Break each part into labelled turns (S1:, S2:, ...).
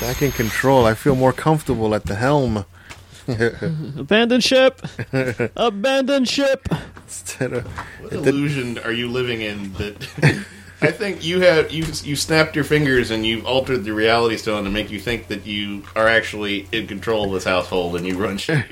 S1: Back in control. I feel more comfortable at the helm
S2: Abandon ship! Abandon ship!
S1: instead of.
S3: What illusion are you living in? That I think you have you you snapped your fingers and you've altered the reality stone to make you think that you are actually in control of this household and you run shit.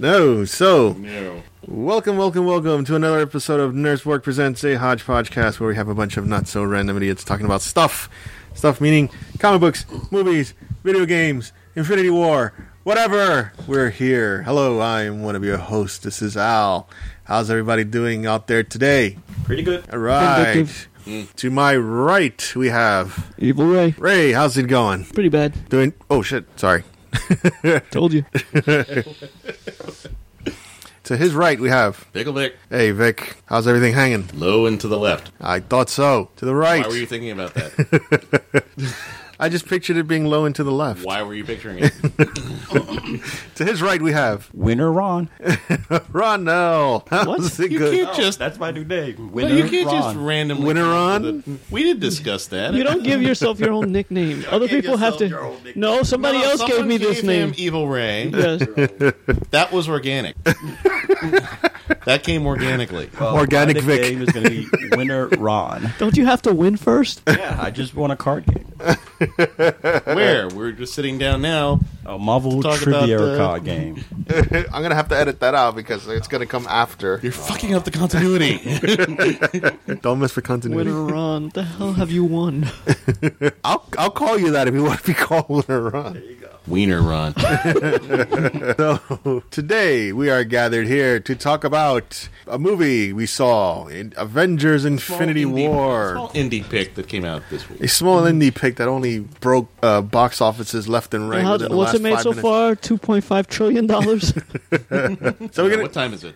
S1: No, so
S3: no.
S1: welcome, welcome, welcome to another episode of Nurse Work Presents a Hodgepodge Cast, where we have a bunch of not so random idiots talking about stuff. Stuff meaning comic books, movies, video games, Infinity War, whatever. We're here. Hello, I am one of your hosts. This is Al. How's everybody doing out there today?
S4: Pretty good.
S1: All right.
S2: Productive.
S1: To my right, we have
S2: Evil Ray.
S1: Ray. How's it going?
S2: Pretty bad.
S1: Doing? Oh shit! Sorry.
S2: Told you.
S1: To his right, we have
S3: Pickle Vic,
S1: Hey Vic. How's everything hanging?
S3: low and to the left.
S1: I thought so. To the
S3: Why were you
S1: right.
S3: thinking about that?
S1: I just pictured it being low and to the left.
S3: Why were you picturing it?
S1: To his right, we have
S4: Winner Ron.
S1: Ronell. How's it
S3: You
S1: good?
S3: can't just.
S4: Oh, That's my new name.
S3: But
S4: Winner
S3: you can't just
S4: Ron.
S3: randomly
S1: Winner
S3: come
S1: on?
S3: up with it. We did discuss that.
S2: You don't give yourself your own nickname. Other
S3: give
S2: people have
S3: yourself your
S2: to.
S3: own nickname.
S2: No, somebody
S3: No, no,
S2: else gave
S3: someone
S2: me this
S3: gave
S2: name.
S3: him Evil Ray.
S2: Yes.
S3: That was organic. that came organically.
S4: Well,
S1: Organic
S4: my
S1: Vic.
S4: nickname is going to be Winner Ron.
S2: Don't you have to win first?
S4: Yeah, I just won a card game.
S3: Where? We're just sitting down now.
S4: A Marvel
S3: Talk about
S4: trivia
S3: the-
S4: card game.
S1: I'm gonna have to edit that out because it's gonna come after.
S3: You're fucking up the continuity.
S1: Don't mess with continuity.
S2: Winner Ron, what the hell have you won?
S1: I'll I'll call you that if you want to be called Winner Ron.
S3: Wiener Ron.
S1: So today we are gathered here to talk about a movie we saw in Avengers: Infinity
S3: Small indie-
S1: War.
S3: Small indie pick that came out this
S1: A
S3: week.
S1: small indie pick that only broke uh, box offices left and right.
S2: How-
S1: within the
S2: what's
S1: last
S2: it made
S1: five
S2: so
S1: minutes.
S2: far? Two point five trillion dollars.
S1: So we're gonna
S3: what time is it?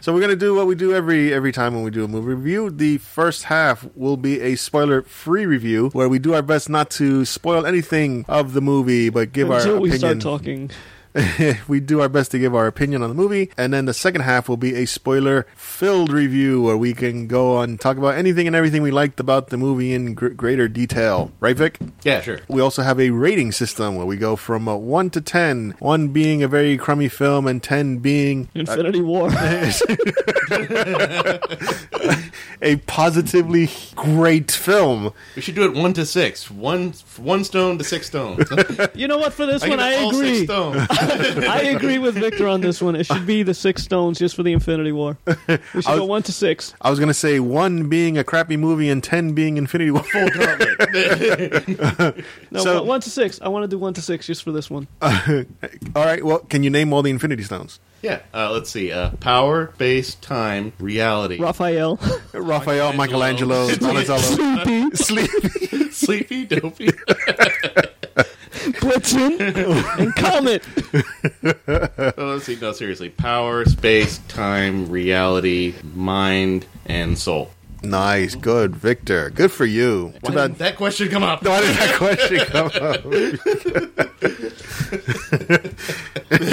S1: So we're gonna do what we do every every time when we do a movie review. The first half will be a spoiler free review where we do our best not to spoil anything of the movie, but give our
S2: Until we
S1: opinion.
S2: start talking.
S1: we do our best to give our opinion on the movie, and then the second half will be a spoiler filled review where we can go on and talk about anything and everything we liked about the movie in gr- greater detail. Right, Vic?
S3: Yeah, sure.
S1: We also have a rating system where we go from uh, 1 to 10, 1 being a very crummy film and 10 being
S3: Uh,
S2: Infinity War.
S1: a positively great film.
S3: We should do it one to six. One one stone to six stones.
S2: you know what? For this one,
S3: give it
S2: I
S3: all Six
S2: agree.
S3: stones.
S2: I agree with Victor on this one. It should be the six stones just for the Infinity War. We should go one to six.
S1: I was going to say 1 being a crappy movie and 10 being Infinity War.
S2: No,
S1: So-
S2: one- one to six. I want to do one to six just for this one.
S1: all right, well, can you name all the Infinity Stones?
S3: yeah. Uh, let's see. Uh, power, space, time, reality.
S2: Raphael,
S1: Raphael, Michelangelo, Donatello,
S2: Sleepy,
S1: Sleep.
S3: Sleepy, dopey.
S2: Blitzen, and Comet.
S3: Oh, let's see. No, seriously. Power, space, time, reality, mind, and soul.
S1: Nice, good, Victor. Good for you. Too
S3: Why
S1: bad-
S3: did that question come up? Uh,
S1: Why did that question come up?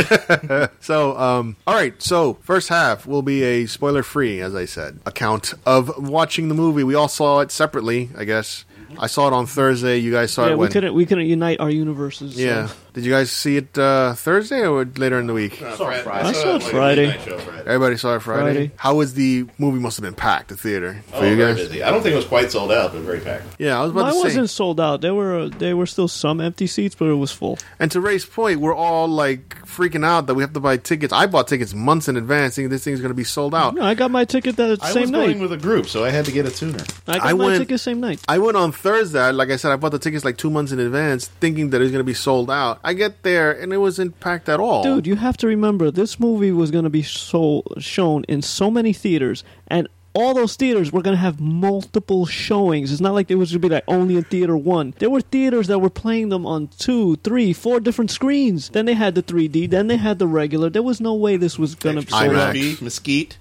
S1: so, um, all right. So, first half will be a spoiler-free, as I said, account of watching the movie. We all saw it separately, I guess. I saw it on Thursday. You guys saw
S2: Yeah,
S1: it
S2: we
S1: when?
S2: couldn't we couldn't unite our universes. so-
S1: yeah. Did you guys see it uh, Thursday or later in the week?
S3: Uh, Fri-
S2: I saw it
S3: like,
S2: Friday.
S3: midnight show Friday.
S1: Everybody saw it Friday.
S2: Friday.
S1: How was the movie? Must have been packed. The theater for
S3: Oh,
S1: you
S3: very
S1: guys.
S3: busy. I don't think it was quite sold out, but very packed.
S1: Yeah, I was about
S2: Mine
S1: to say.
S2: wasn't sold out. There were there were still some empty seats, but it was full.
S1: And to Ray's point, we're all like freaking out that we have to buy tickets. I bought tickets months in advance, thinking this thing's going to be sold out.
S2: No, I got my ticket that
S3: I
S2: same
S3: was
S2: night.
S3: going with a group, so I had to get it sooner.
S2: I got
S1: I
S2: my
S1: went-
S2: ticket same night.
S1: I went on Thursday, like I said, I bought the tickets like two months in advance, thinking that it was going to be sold out. I get there and it wasn't packed at all.
S2: Dude, you have to remember this movie was going to be so shown in so many theaters, and all those theaters were going to have multiple showings. It's not like it was going to be like only in theater one. There were theaters that were playing them on two, three, four different screens. Then they had the 3D. Then they had the regular. There was no way this was going to be sold out.
S1: IMAX.
S3: Be mesquite.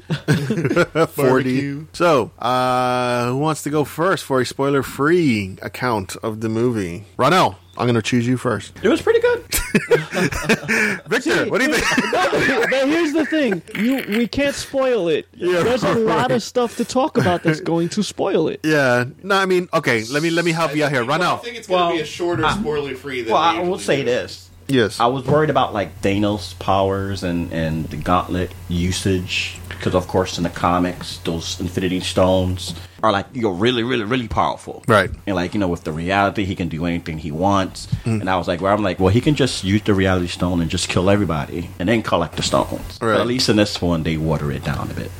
S1: 40. So, uh, who wants to go first for a spoiler free account of the movie? Ronell, I'm going to choose you first.
S4: It was pretty good.
S1: Victor, what do you think?
S2: but here's the thing: you we can't spoil it.
S1: Yeah,
S2: There's a lot
S1: right.
S2: of stuff to talk about that's going to spoil it.
S1: yeah. No, I mean, okay. Let me let me help you out here. Run
S3: I
S1: out.
S3: think it's going to
S4: Well,
S3: be a shorter, spoiler free than
S4: Well,
S3: we
S4: I will
S3: usually
S4: say
S3: do.
S4: this.
S1: Yes.
S4: I was worried about like Thanos' powers and and the gauntlet usage because, of course, in the comics, those Infinity Stones are like you're really, really, really powerful,
S1: Right.
S4: And like you know, with the reality, he can do anything he wants.
S1: Mm.
S4: And I was like, well, I'm like, well, he can just use the Reality Stone and just kill everybody and then collect the stones.
S1: Right.
S4: But at least in this one, they water it down a bit.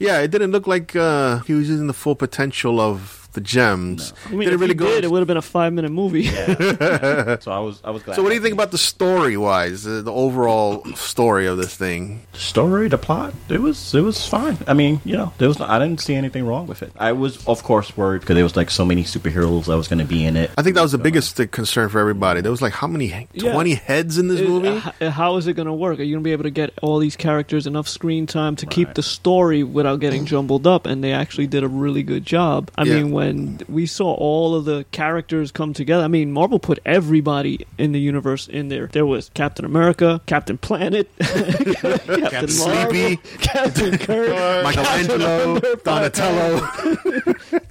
S1: Yeah, it didn't look like uh, he was using the full potential of the gems.
S2: I mean,
S1: Did it
S2: if
S1: really
S2: you
S1: go?
S2: did, it would have been a five-minute movie.
S4: So I was, I was glad.
S1: so, what do you think about the story wise, uh, the overall story of this thing?
S4: story, the plot, it was it was fine. I mean, you know, there was I didn't see anything wrong with it. I was, of course, worried because there was like so many superheroes that was going to be in it.
S1: I think that was the biggest uh, concern for everybody. There was like how many
S2: Yeah.
S1: twenty heads in this
S2: It-
S1: movie?
S2: h- how is it going to work? Are you going to be able to get all these characters enough screen time to keep the story without getting jumbled up? And they actually did a really good job. I
S1: Yeah.
S2: mean, when we saw all of the characters come together, I mean, Marvel put everybody in the universe in there. There was Captain America, Captain Planet, Captain, Marvel,
S1: Sleepy.
S2: Captain Kirk,
S1: Michelangelo, Donatello.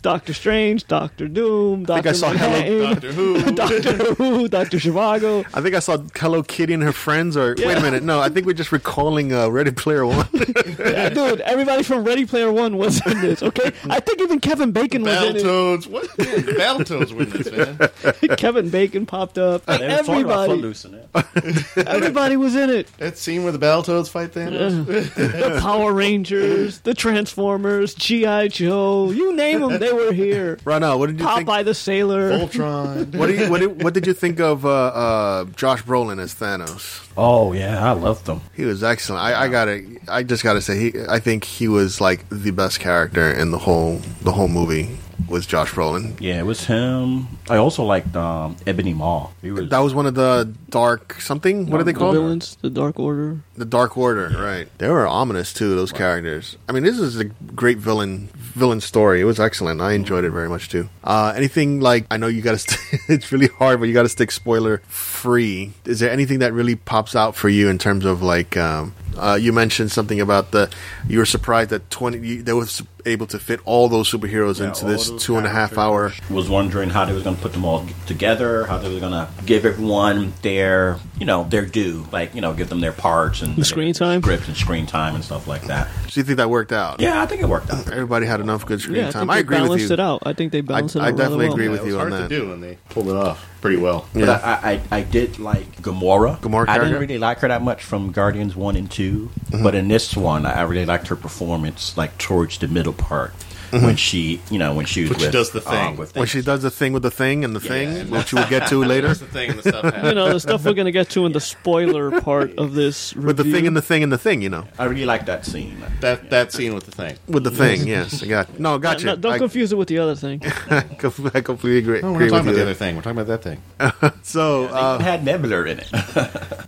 S2: Doctor Strange, Doctor Doom, Doctor
S1: think I saw Hello,
S3: Doctor Who.
S2: Doctor Who, Doctor Zhivago.
S1: I think I saw Hello Kitty and her friends. Or wait a minute, no, I think we're just recalling uh, Ready Player One.
S2: Yeah, dude, everybody from Ready Player One was in this, okay? I think even Kevin Bacon was in
S3: Battletoads. What? Yeah, the Battletoads win this, man.
S2: it. Kevin Bacon popped up.
S4: They were talking about
S2: Everybody,
S4: Footloose in it.
S2: everybody was in it.
S3: That scene where the Battletoads fight Thanos.
S2: The Power Rangers, the Transformers, G.I. Joe, you name them, they were here.
S1: right now, what did you think?
S2: Popeye the Sailor.
S3: Voltron.
S1: What, do you, what, did, what did you think of uh, uh, Josh Brolin as Thanos?
S4: Oh yeah, I loved them.
S1: He was excellent. I, I gotta, I just gotta say, he, I think he was like the best character in the whole, the whole movie was Josh Brolin.
S4: Yeah, it was him. I also liked um, Ebony Maw. He was
S1: That was one of the dark something. What are they
S2: The
S1: called?
S2: villains, the Dark Order.
S1: The Dark Order, right? They were ominous too. Those characters. I mean, this is a great villain villain story. It was excellent. I enjoyed it very much too. Uh, anything like I know you got to. St- it's really hard, but you got to stick spoiler free. Is there anything that really pops out for you in terms of like? Um, uh, you mentioned something about the. You were surprised that twenty. You, they were su- able to fit all those superheroes
S4: Yeah,
S1: into
S4: all
S1: this
S4: those
S1: two and a half hour.
S4: was wondering how they was going to put them all together, how they were going to give everyone their, you know, their due, like you know, give them their parts and their
S2: screen time?
S4: scripts and screen time and stuff like that.
S1: So you think that worked out?
S4: Yeah, I think it worked out.
S1: Everybody had enough good screen
S2: Yeah, I think
S1: time.
S2: they
S1: I agree with
S2: balanced
S1: you.
S2: it out. I think they balanced it
S1: I
S2: out. rather
S1: definitely
S2: well.
S1: agree
S3: Yeah,
S1: with
S3: it was
S1: you on
S3: hard
S1: that.
S3: to do, and they pulled it off pretty well.
S1: Yeah.
S4: But I, I, I did like Gamora.
S1: Gamora Mm-hmm.
S4: I
S1: character?
S4: didn't really like her that much from Guardians 1 and 2. But in this one, I really liked her performance, like towards the middle part.
S1: Mm-hmm.
S4: When she, you know, when she was
S3: When she
S4: with,
S3: does the thing.
S4: um, with
S1: When she does the thing with the thing and the thing, which we'll get to later.
S3: That's the thing. The stuff happened.
S2: You know, the stuff we're going to get to in the spoiler part of this review.
S1: With the thing and the thing and the thing, you know.
S4: I really liked that scene.
S3: That that scene with the thing.
S1: With the thing, yes. I got no,
S2: No,
S1: gotcha.
S2: no, don't
S1: I,
S2: confuse it with the other thing.
S1: com- I completely agree,
S3: No, we're
S1: agree with you.
S3: not talking about the
S1: there.
S3: other thing. We're talking about that thing.
S1: So
S4: It
S1: uh,
S4: had Nebula in it.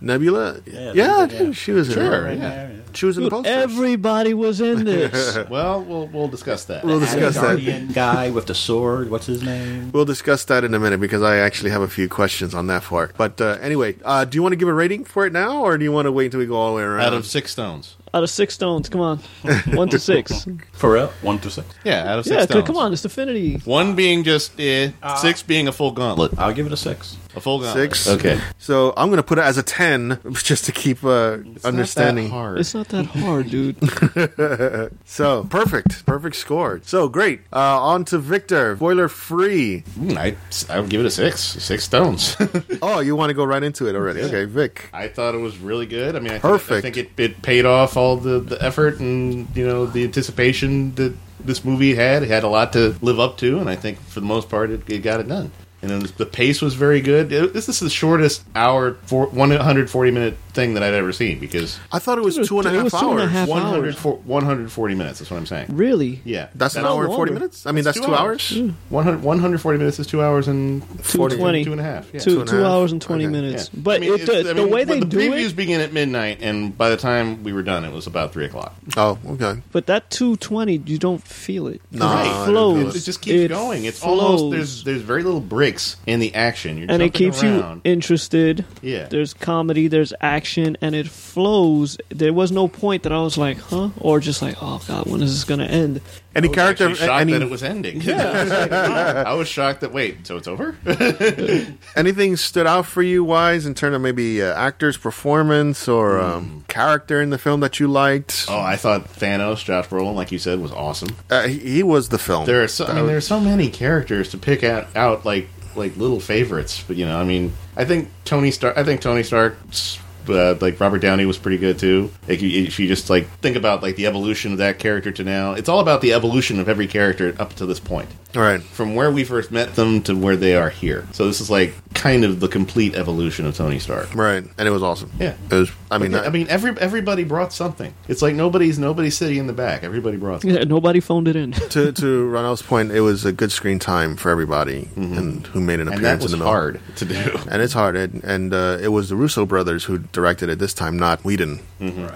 S1: Nebula, yeah,
S4: Yeah, Nebula,
S1: dude,
S4: yeah.
S1: she was in
S3: Sure.
S1: it.
S3: Yeah.
S1: She was in the
S2: Dude,
S1: posters.
S2: everybody was in this.
S3: Well, we'll we'll discuss that.
S1: We'll
S4: Had the
S1: discuss that.
S4: Guardian guy with the sword. What's his name?
S1: We'll discuss that in a minute because I actually have a few questions on that part. But uh, anyway, uh, do you want to give a rating for it now, or do you want to wait until we go all the way around?
S3: out of six stones.
S2: Out of six stones, come on. One to six.
S4: For real? One to six.
S3: Yeah, out of six
S2: yeah, c-
S3: stones.
S2: come on, Uh, it's Affinity.
S3: One being just eh, six being a full gauntlet.
S4: I'll give it a six.
S3: A full gauntlet.
S1: Six.
S3: Okay.
S1: So I'm going to put it as a ten, just to keep uh, understanding.
S3: hard.
S2: It's not that hard, dude.
S1: So perfect, perfect score. So great. Uh, on to Victor. Boiler free.
S3: Mm, I I would give it a six. Six stones.
S1: Oh, you want to go right into it already? Okay, Vic.
S3: I thought it was really good. I mean, I,
S1: Perfect.
S3: Think, I think it, it paid off all the, the effort and you know the anticipation that this movie had. It had a lot to live up to, and I think for the most part, it, it got it done. And it was, the pace was very good. It- this is the shortest hour, for, 140 minute thing that I'd ever seen because
S1: I thought it was
S2: It was-
S1: two and a
S2: it
S1: half
S2: was two and a
S1: hours.
S2: half-
S3: 100, 140 minutes. That's what I'm saying.
S2: Really?
S3: Yeah,
S1: That's an
S2: That's
S1: hour and forty
S2: longer.
S1: minutes. I mean, that's two, hours.
S3: 100, 140 minutes is two hours and
S2: 220.
S3: two and a half. Yeah.
S2: Two,
S1: and a
S2: two
S1: half.
S2: hours and 20
S1: Okay.
S2: minutes.
S3: Yeah.
S2: But
S3: I mean,
S2: it,
S3: it's-
S2: the,
S3: I
S2: the
S3: mean,
S2: way
S3: when
S2: they
S3: the
S2: do
S3: previews
S2: it,
S3: begin at midnight, and by the time we were done, it was about three o'clock.
S1: Oh, okay.
S2: but that 220, you don't feel it.
S1: No, I
S2: it
S1: didn't
S2: flows.
S1: feel
S3: It, it just keeps
S2: It
S3: going. It's
S2: flows.
S3: almost there's there's very little breaks. sticks in the action. You're
S2: and it
S3: jumping
S2: keeps
S3: around.
S2: you interested.
S3: Yeah.
S2: There's comedy, there's action, and it flows. There was no point that I was like, huh? Or just like, oh god, when is this gonna end?
S1: Any
S3: I was
S1: character,
S3: actually shocked
S1: any,
S3: that it was ending. I, was shocked that wait, so it's over?
S1: anything stood out for you, wise, in terms of maybe uh, actor's performance or um, character in the film that you liked?
S3: Hmm. oh, I thought Thanos, Josh Brolin, like you said, was awesome.
S1: Uh, he, he was the film.
S3: There are so I mean,
S1: Uh,
S3: there are so many characters to pick out, out like like little favorites, but you know, I mean, I think Tony Stark. I think Tony Stark. Uh, like Robert Downey was pretty good too. Like you- if you just like think about like the evolution of that character to now, it's all about the evolution of every character up to this point,
S1: All right.
S3: from where we first met them to where they are here. So this is like kind of the complete evolution of Tony Stark.
S1: Right, and it was awesome.
S3: Yeah.
S1: it was. I mean,
S3: I mean, every everybody brought something. It's like nobody's nobody's sitting in the back. Everybody brought. Something.
S2: Yeah, nobody phoned it in.
S1: to to Ronald's point, it was a good screen time for everybody, and who made an
S3: Mm-hmm. And that
S1: appearance
S3: was
S1: in the middle.
S3: hard to do.
S1: And it's hard, and, and uh, it was the Russo brothers who directed it this time, not Whedon,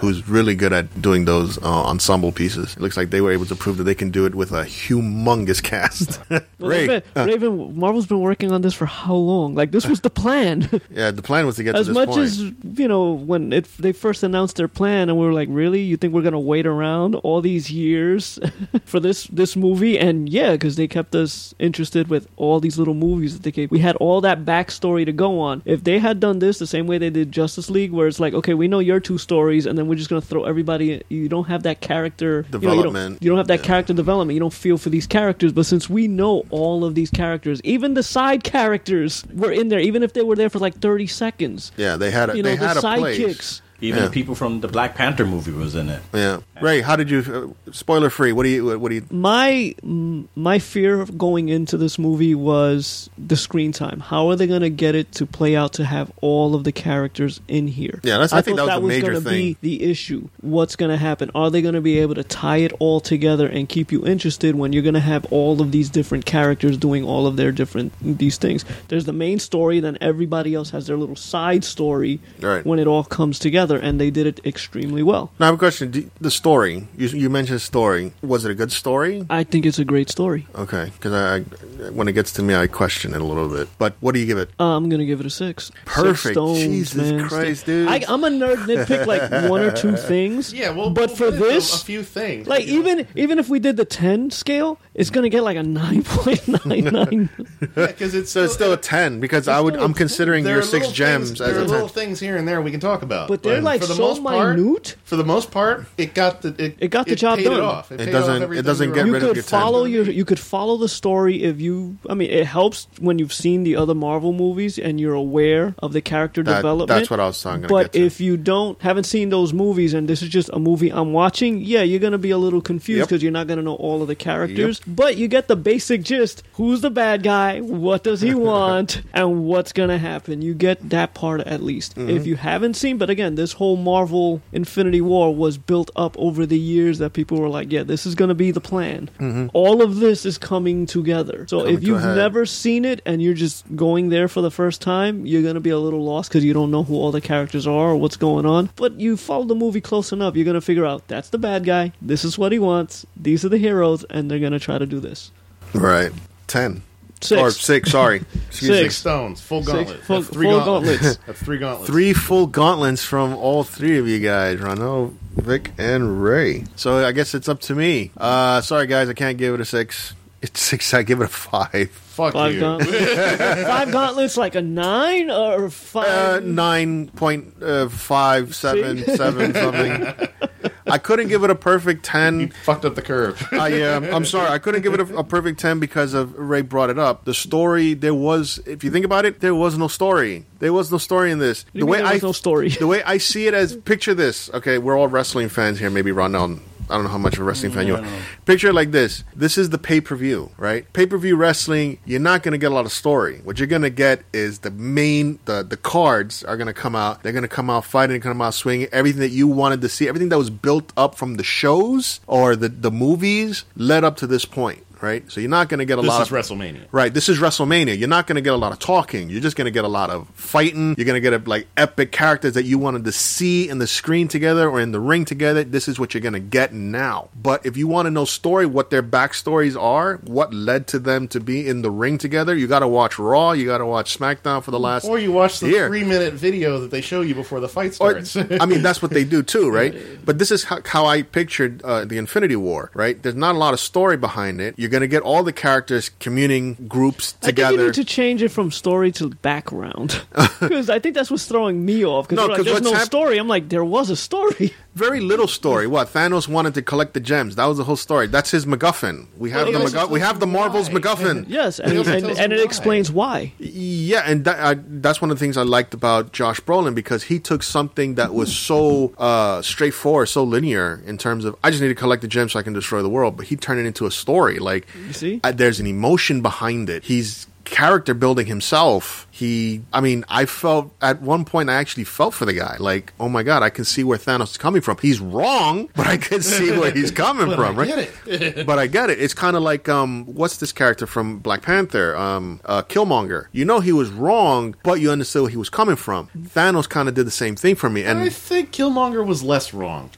S1: who's really good at doing those uh, ensemble pieces. It looks like they were able to prove that they can do it with a humongous cast.
S2: Well,
S1: Ray,
S2: Raven,
S1: uh,
S2: Raven, Marvel's been working on this for how long? Like this was the plan.
S1: yeah, the plan was to get
S2: as
S1: to this
S2: much
S1: point.
S2: as you know, when it, they first announced their plan, and we were like, "Really? You think we're gonna wait around all these years for this this movie?" And yeah, because they kept us interested with all these little movies that they gave. We had all that backstory to go on. If they had done this the same way they did Justice League, where it's like, "Okay, we know your two stories, and then we're just gonna throw everybody." You don't have that character you know, you don't-
S1: Development.
S2: you don't have that character development. You don't feel for these characters. But since we know all of these characters, even the side characters were in there, even if they were there for like 30 seconds.
S1: yeah, they had a,
S2: You know,
S1: they
S2: the
S1: had a place.
S2: sidekicks.
S4: Even
S1: Yeah.
S4: the people from the Black Panther movie was in it.
S1: Yeah, Ray, how did you? Uh, spoiler free. What do you? What do you?
S2: My mm, my fear of going into this movie was the screen time. How are they going to get it to play out to have all of the characters in here?
S1: Yeah, that's- I think
S2: thought
S1: that was the
S2: gonna
S1: major thing.
S2: Be the issue. What's going to happen? Are they going to be able to tie it all together and keep you interested when you're going to have all of these different characters doing all of their different these things? There's the main story, then everybody else has their little side story
S1: Right.
S2: when it all comes together, and they did it extremely well.
S1: Now I have a question. Do, the story you, you mentioned story. Was it a good story?
S2: I think it's a great story.
S1: Okay, because I, I when it gets to me, I question it a little bit. But what do you give it?
S2: Uh, I'm gonna give it a six.
S1: Perfect.
S2: Six stones,
S1: Jesus
S2: man.
S1: Christ, dude.
S2: I, I'm a nerd nitpick like one or two things.
S3: Yeah, well,
S2: but
S3: well,
S2: for
S3: there's a, a
S2: this,
S3: few things,
S2: like
S3: you know.
S2: even even if we did the ten scale, it's gonna get like a nine point nine nine.
S3: Yeah, 'cause it's
S1: So it's still a ten because I would.
S2: still a
S1: I'm
S2: 10.
S1: considering
S3: there
S1: your
S3: are little
S1: six gems
S3: Things,
S1: as
S3: there
S1: a
S3: are little
S1: ten.
S3: things here and there we can talk about,
S2: But they're, like, so
S3: part-
S2: minute.
S3: for the most part, it got the it,
S2: It got the job
S3: paid
S2: done.
S3: It, off.
S1: It
S3: paid
S1: doesn't-
S3: off
S1: it
S3: everything
S1: doesn't
S3: we
S1: get
S3: were-
S2: You
S1: rid of
S2: could
S1: your 10.
S2: follow your you could follow the story if you. I mean, it helps when you've seen the other Marvel movies and you're aware of the character
S1: That-
S2: development.
S1: that's what I was talking.
S2: But
S1: get to.
S2: if you don't haven't seen those movies and this is just a movie I'm watching, yeah, you're gonna be a little confused
S1: Yep.
S2: because you're not gonna know all of the characters. But you get the basic gist: who's the bad guy, what does he want, and what's gonna happen. You get that part at least. If you haven't seen, but again, this whole Marvel Infinity War was built up over the years that people were like, yeah, this is gonna be the plan. All of this is coming together. So
S1: Coming
S2: if
S1: to a
S2: you've
S1: head.
S2: never seen it and you're just going there for the first time, you're going to be a little lost because you don't know who all the characters are or what's going on. But you follow the movie close enough, you're going to figure out that's the bad guy, this is what he wants, these are the heroes, and they're going to try to do this.
S1: right, ten
S2: Six.
S1: or six. Sorry, excuse me.
S3: six stones, full gauntlet,
S2: full-
S3: That's three
S2: full
S3: gauntlets.
S2: gauntlets.
S3: That's three gauntlets.
S1: Three full gauntlets from all three of you guys, Ronald, Vic, and Ray. So I guess it's up to me. Uh, sorry, guys, I can't give it a six. It's six. I give it a five.
S3: Fuck
S2: Five
S3: you.
S2: gauntlets. five gauntlets, like a nine or
S1: Uh,
S2: five.
S1: nine point uh, five seven seven something. I couldn't give it a perfect ten.
S3: You fucked up the curve.
S1: I am. I'm sorry. I couldn't give it a, a perfect 10 because of Ray brought it up. The story, there was, if you think about it, there was no story. There was no story in this.
S2: do you mean there was no story?
S1: The way I see it as, picture this. Okay, we're all wrestling fans here. Maybe Ronald. I don't know how much of a wrestling fan you are. Picture it like this. This is the pay per view, right? Pay per view wrestling, you're not going to get a lot of story. What you're going to get is the main, the, the cards are going to come out. They're going to come out fighting, come out swinging. Everything that you wanted to see, everything that was built up from the shows or the, the movies led up to this point right? So you're not going to get a
S3: This
S1: lot
S3: is
S1: of
S3: WrestleMania.
S1: Right, this is WrestleMania. You're not going to get a lot of talking. You're just going to get a lot of fighting. You're going to get a, like epic characters that you wanted to see in the screen together or in the ring together. This is what you're going to get now. But if you want to know story, what their backstories are, what led to them to be in the ring together, you got to watch Raw. You got to watch SmackDown for the last.
S3: Or you watch the
S1: year.
S3: three minute video that they show you before the fight
S1: Or-
S3: starts.
S1: I mean, that's what they do too, right? But this is how, how I pictured uh, the Infinity War, right? There's not a lot of story behind it. You're going to get all the characters communing groups
S2: I think you
S1: together.
S2: need to change it from story to background because I think that's what's throwing me off.
S1: No,
S2: Because like,
S1: 'cause
S2: there's
S1: what's
S2: no
S1: hap-
S2: story. I'm like, there was a story.
S1: Very little story. What Thanos wanted to collect the gems. That was the whole story. That's his MacGuffin. We have
S3: Well,
S1: the
S3: he also
S1: MacGuff- We
S3: tells
S1: have the Marvel's
S3: why.
S1: MacGuffin.
S2: Yes, and,
S3: He also
S2: and,
S3: tells
S2: and it
S3: why.
S2: explains why.
S1: Yeah, and that, I, that's one of the things I liked about Josh Brolin because he took something that was so uh, straightforward, so linear in terms of I just need to collect the gem so I can destroy the world, but he turned it into a story. Like,
S2: You see?
S1: uh, there's an emotion behind it. He's character building himself. He, I mean, I felt at one point I actually felt for the guy. Like, oh my god, I can see where Thanos is coming from. He's wrong, but I can see where he's coming from. right?
S3: get
S1: but I get it. It's kind of like um, what's this character from Black Panther? Um, uh, Killmonger. You know he was wrong, but you understood where he was coming from. Thanos kind of did the same thing for me,
S3: I
S1: and
S3: think Killmonger was less wrong.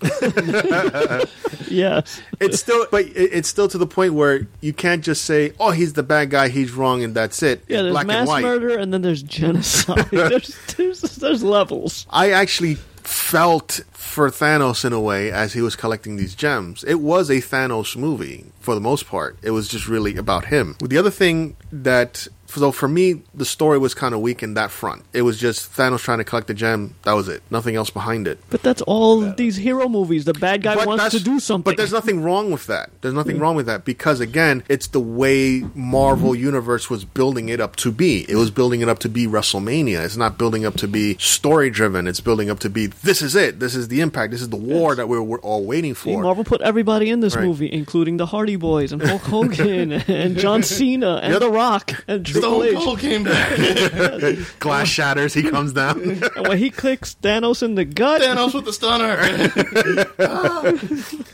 S2: Yes,
S1: it's still, but it, it's still to the point where you can't just say, "Oh, he's the bad guy, he's wrong, and that's it."
S2: yeah. There's
S1: Black and
S2: mass
S1: white.
S2: murder, and then there's genocide. there's, there's there's levels.
S1: I actually felt for Thanos in a way as he was collecting these gems. It was a Thanos movie for the most part. It was just really about him. The other thing that so for me the story was kind of weak in that front. It was just Thanos trying to collect the gem. That was it. Nothing else behind it.
S2: But that's all these hero movies. The bad guy wants to
S1: that's-
S2: do something.
S1: But there's nothing wrong with that. There's nothing wrong with that because again, it's the way Marvel Universe was building it up to be. It was building it up to be WrestleMania. It's not building up to be story driven. It's building up to be this is it. This is the impact. This is the war that we're, we're all waiting
S2: See,
S1: for.
S2: Marvel put everybody in this
S1: Right.
S2: movie, including the Hardy Boys and Hulk Hogan and John Cena and
S1: Yep.
S2: The Rock and Triple
S3: Stone
S2: H.
S3: Cold came back.
S1: Glass shatters. He comes down.
S2: And when he clicks Thanos in the gut,
S3: Thanos with the stunner.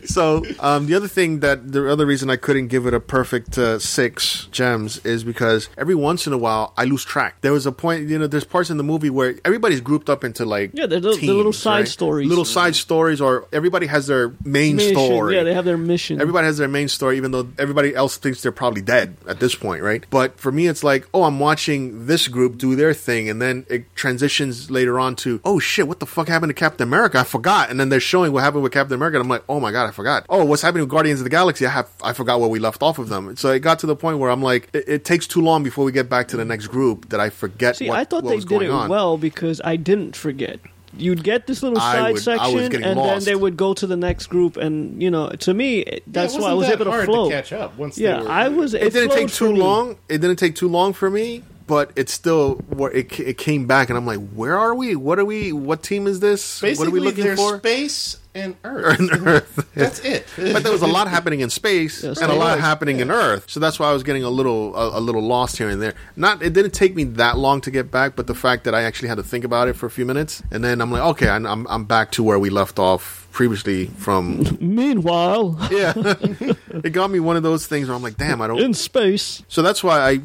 S1: so um, the other thing that the other reason I couldn't give it a perfect uh, six gems is because every once in a while I lose track. There was a point, you know, there's parts in the movie where everybody's grouped up into like
S2: Yeah, they're little- they're little side stories.
S1: little side stories, or everybody has their main
S2: mission.
S1: story.
S2: Yeah, they have their mission.
S1: Everybody has their main story, even though everybody else thinks they're probably dead at this point, right? But for me, it's like, oh, I'm watching this group do their thing, and then it transitions later on to, oh shit, what the fuck happened to Captain America? I forgot. And then they're showing what happened with Captain America, and I'm like, oh my god, I forgot. Oh, what's happening with Guardians of the Galaxy? I have, I forgot where we left off of them. So it got to the point where I'm like, it, it takes too long before we get back to the next group that I forget.
S2: See,
S1: what,
S2: I thought
S1: what
S2: they
S1: was
S2: did
S1: going
S2: it
S1: on.
S2: well because I didn't forget. You'd get this little
S1: I
S2: side
S1: would- I was
S2: section,
S1: getting
S2: and
S1: lost.
S2: then they would go to the next group, and you know, to me, it- that's why I was able to flow.
S3: catch up once. they
S2: yeah,
S3: were-
S2: I was.
S1: it, didn't
S2: flowed
S1: take
S2: for
S1: too
S2: me.
S1: long. It didn't take too long for me, but it still wha- it ca- it came back, and I'm like, where are we? What are we? What team is this?
S3: Basically,
S1: what are we
S3: they're
S1: looking for?
S3: Space and Earth. That's it.
S1: but there was a lot happening in space
S2: Yes.
S1: and a lot
S3: Right.
S1: happening in Earth, so that's why I was getting a little a, a little lost here and there. Not it didn't take me that long to get back, but the fact that I actually had to think about it for a few minutes, and then I'm like, okay, I'm I'm, I'm back to where we left off previously from.
S2: Meanwhile,
S1: yeah, it got me one of those things where I'm like, damn, I don't
S2: in space,
S1: So that's why I,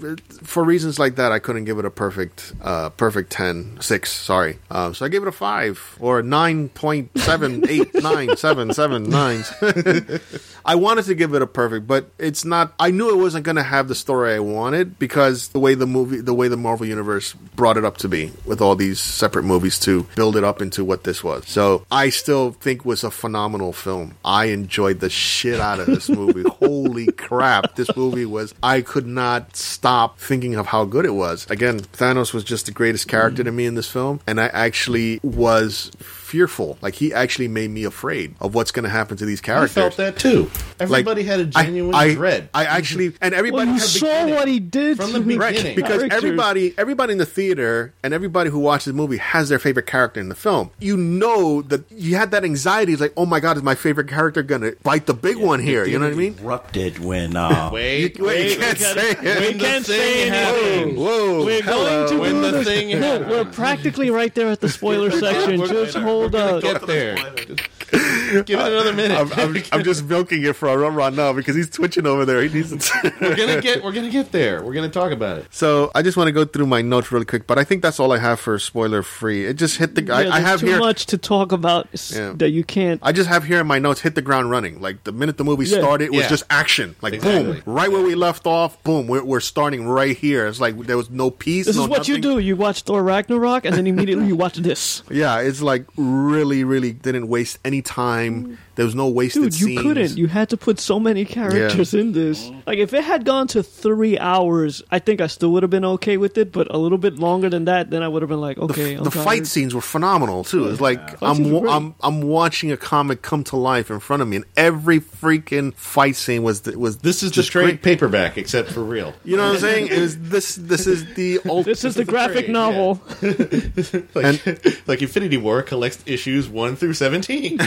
S1: for reasons like that, I couldn't give it a perfect, uh, perfect 10, 6, sorry. Um, so I gave it a 5 or 9.7897779. I wanted to give it a perfect, but it's not, I knew it wasn't going to have the story I wanted because the way the movie, the way the Marvel Universe brought it up to be with all these separate movies to build it up into what this was. So I still think was a phenomenal film. I enjoyed the shit out of this movie. Holy crap. This movie was I could not stop thinking of how good it was. Again, Thanos was just the greatest character to me in this film and I actually was fearful. Like he actually made me afraid of what's going to happen to these
S3: I
S1: characters.
S3: felt that too.
S1: Like,
S3: Everybody had a
S1: I-
S3: genuine
S1: I,
S3: dread.
S1: I actually and everybody
S2: well, you
S1: had
S2: saw what he did
S3: From
S2: to
S3: the
S2: me.
S3: beginning.
S1: Right, because
S2: Characters.
S1: everybody, everybody in the theater and everybody who watches the movie has their favorite character in the film. You know that you had that anxiety, it's like, oh my god, is my favorite character gonna bite the big one here? You know what I mean?
S4: Erupted when uh,
S3: wait,
S1: You- wait, you can't say it.
S3: When
S2: We
S3: the
S2: can't
S3: thing
S2: say anything.
S3: happened.
S1: Whoa!
S2: We're going to
S3: When
S2: do
S3: the
S2: this-
S3: thing
S2: Look,
S3: happened.
S2: we're practically right there at the spoiler section.
S3: We're-
S2: Just
S3: we're
S2: hold
S3: gonna
S2: up.
S3: Get there. Give it another minute.
S1: I'm, I'm, I'm just milking it for Ron Ron now because he's twitching over there. He needs to.
S3: we're gonna get. We're gonna get there. We're gonna talk about it.
S1: so I just want to go through my notes really quick, but I think that's all I have for spoiler free. It just hit the.
S2: Yeah,
S1: I, I
S2: there's
S1: have
S2: too
S1: here.
S2: much to talk about s-
S1: Yeah.
S2: that you can't.
S1: I just have here in my notes hit the ground running. Like the minute the movie
S2: Yeah.
S1: started, it was
S3: Yeah.
S1: just action. Like boom,
S3: Exactly.
S1: right where we left off. Boom, we're, we're starting right here. It's like there was no peace.
S2: This
S1: no
S2: is what you
S1: nothing.
S2: do. You watch Thor Ragnarok, and then immediately you watch this.
S1: Yeah, it's like really, really didn't waste any time. There was no wasted
S2: Mm. Dude, you
S1: scenes.
S2: couldn't. You had to put so many characters in this. Like, if it had gone to three hours, I think I still would have been okay with it. But a little bit longer than that, then I would have been like,
S1: the,
S2: okay.
S1: f-
S2: I'm
S1: the fight
S2: tired.
S1: scenes were phenomenal too. It's like
S2: Fight scenes
S1: I'm wa-
S2: were great.
S1: I'm I'm watching a comic come to life in front of me, and every freaking fight scene was th- was
S3: This is
S1: just
S3: the trade
S1: great.
S3: paperback, except for real.
S1: You know what I'm saying? It was this this is the old
S2: This is the graphic
S3: trade,
S2: novel.
S3: Like, like Infinity War collects issues one through seventeen.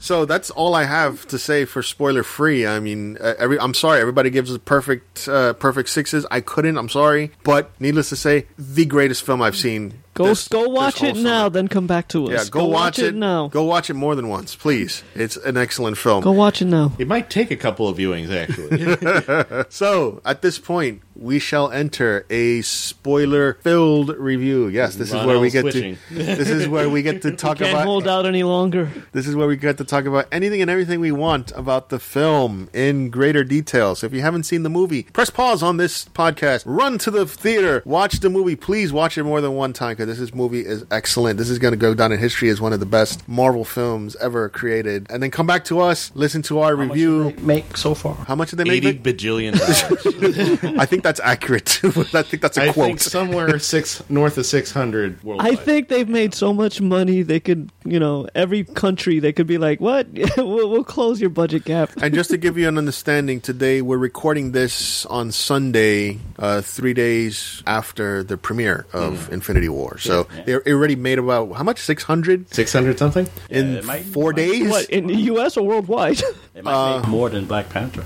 S1: So that's all I have to say for spoiler free. I mean, uh, every I'm sorry, everybody gives us perfect uh, perfect sixes. I couldn't. I'm sorry, but needless to say, the greatest film I've seen.
S2: Go
S1: this-
S2: go
S1: this
S2: watch
S1: whole
S2: it
S1: summer.
S2: now, then come back to us.
S1: Yeah, go, watch, it
S2: now.
S1: Go watch it more than once, please. It's an excellent film.
S2: Go watch it now.
S3: it might take a couple of viewings, actually.
S1: So at this point, we shall enter a spoiler-filled review. Yes, this is
S3: Ron
S1: where we
S3: L.
S1: get
S3: switching.
S1: to. This is where we get to talk
S2: Can't
S1: about.
S2: hold out any longer.
S1: This is where we get to talk about anything and everything we want about the film in greater detail. So if you haven't seen the movie, press pause on this podcast, run to the theater, watch the movie. Please watch it more than one time because this is, movie is excellent. This is going to go down in history as one of the best Marvel films ever created. And then come back to us, listen to our review.
S4: Make so far.
S1: How much did they make?
S3: Eighty bajillion dollars.
S1: I think that's accurate. I think that's a
S3: I
S1: quote.
S3: think somewhere six north of six hundred worldwide.
S2: I think they've made so much money they could, you know, every country they could be like, "What? we'll, we'll close your budget gap."
S1: and just to give you an understanding, today we're recording this on Sunday, uh, three days after the premiere of
S3: Mm.
S1: Infinity War. So they they already made about how much? Six hundred
S3: six hundred something.
S1: in
S4: it might-
S1: four
S4: might-
S1: days.
S2: What in the U.S. or worldwide?
S4: It might make more than Black Panther.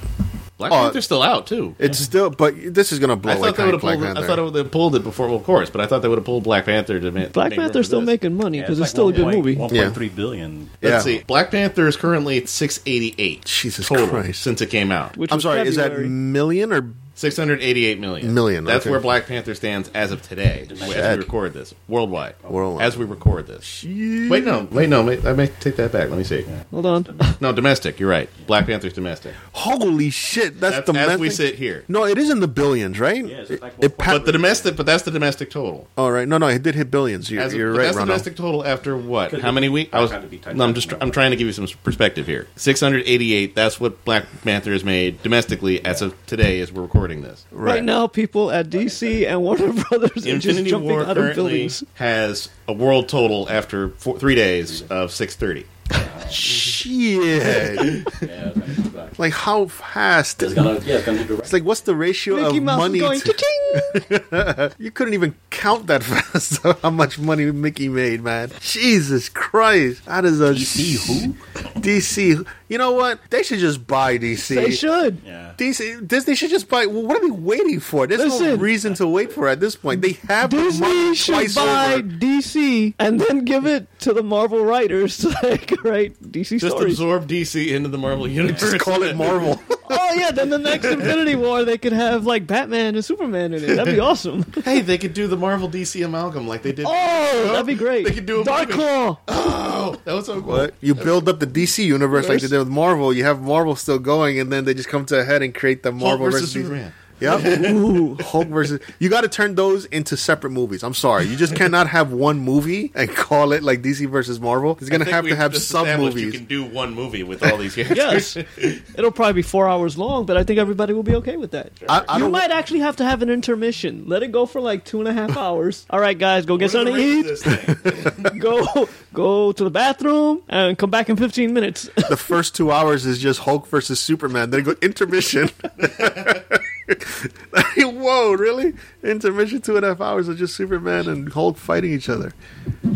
S3: Black
S1: Uh,
S3: Panther's still out too.
S1: It's still, but this is going to blow
S3: I
S1: like
S3: thought they would have
S1: Black
S3: pulled. It, I
S1: Panther.
S3: thought it would have pulled it before, well, of course, but I thought they would have pulled Black Panther to make.
S2: Black
S3: make room
S2: Panther's
S3: for
S2: still
S3: this.
S2: making money because it's,
S4: like
S2: still a good
S4: 1.3
S2: movie.
S4: 1.3 billion.
S1: Yeah.
S3: Let's see. Black Panther is currently at 688.
S1: Jesus
S3: total
S1: Christ.
S3: Since it came out,
S2: Which
S1: I'm
S2: was
S1: sorry, is that
S2: February.
S1: million or
S3: 688 million.
S1: Million,
S3: That's
S1: okay.
S3: where Black Panther stands as of today, as
S1: Shit.
S3: we record this worldwide.
S1: Worldwide.
S3: As we record this. Wait, no, wait, no. Wait, I may take that back. Let me see.
S2: Hold on.
S3: No, domestic. You're right. Black Panther's domestic.
S1: holy shit? That's,
S3: That's,
S1: the
S3: as we
S1: method-
S3: sit here.
S1: No, it is in the billions, right?
S4: Yeah, it's
S1: It-
S4: like
S1: it pa-
S3: But the domestic, but that's the domestic total.
S1: All right, no, no, it did hit billions. You're,
S3: As of-
S1: you're
S3: but
S1: right,
S3: that's the
S1: Ronald.
S3: domestic total after what?
S4: Could
S3: How
S4: be-
S3: many weeks? I was.
S4: Trying to be tight.
S3: No, I'm just. tr- I'm trying to give you some perspective here. 688. That's what Black Panther has made domestically as of today, as we're recording this.
S2: Right. now, people at DC and Warner Brothers are just
S3: Infinity
S2: jumping
S3: War
S2: out of
S3: currently
S2: buildings.
S3: has a world total after four, three days of 630.
S1: Shit!
S4: Yeah, it's gonna be Black.
S1: like how fast?
S4: It's gonna, yeah, it's gonna be direct.
S1: It's like what's the ratio
S2: Mickey
S1: of
S2: Mouse
S1: money?
S2: is going
S1: to-
S2: cha-ching!
S1: you couldn't even count that fast how much money Mickey made, man. Jesus Christ, that is a
S4: DC
S1: DC. You know what? They should just buy DC.
S2: They should.
S4: Yeah.
S1: DC Disney should just buy. Well, what are we waiting for? There's no
S2: Listen.
S1: reason to wait for it at this point. They have the
S2: Disney
S1: money
S2: should
S1: twice
S2: buy
S1: over.
S2: DC and then give it to the Marvel writers to like write DC
S3: Just
S2: stories.
S3: absorb DC into the Marvel universe.
S1: Mm. Just call it Marvel.
S2: oh yeah, then the next Infinity War they could have like Batman and Superman in it. That'd be awesome.
S3: hey, they could do the Marvel DC amalgam like they did.
S2: Oh, that'd be great.
S3: They could do a
S2: Dark
S3: movie.
S2: Claw.
S3: Oh, that was so cool.
S1: But you build up the DC universe like they did with Marvel. You have Marvel still going, and then they just come to a head and create the
S3: Hulk
S1: Marvel
S3: versus,
S1: DC.
S3: Superman.
S1: Yep. Ooh, Hulk versus. You got to turn those into separate movies. I'm sorry, you just cannot have one movie and call it like DC versus Marvel. It's
S3: I
S1: gonna
S3: think
S1: have to
S3: we've
S1: have
S3: just
S1: sub
S3: established
S1: movies.
S3: You can do one movie with all these characters.
S2: Yes, it'll probably be four hours long, but I think everybody will be okay with that.
S1: I, I
S2: you
S1: don't.
S2: might actually have to have an intermission. Let it go for like two and a half hours. All right, guys, go get
S3: What are the
S2: something to
S3: risks
S2: eat.
S3: of this thing?
S2: Go, go to the bathroom and come back in fifteen minutes.
S1: the first two hours is just Hulk versus Superman. Then go intermission. Whoa, really? Intermission two and a half hours of just Superman and Hulk fighting each other.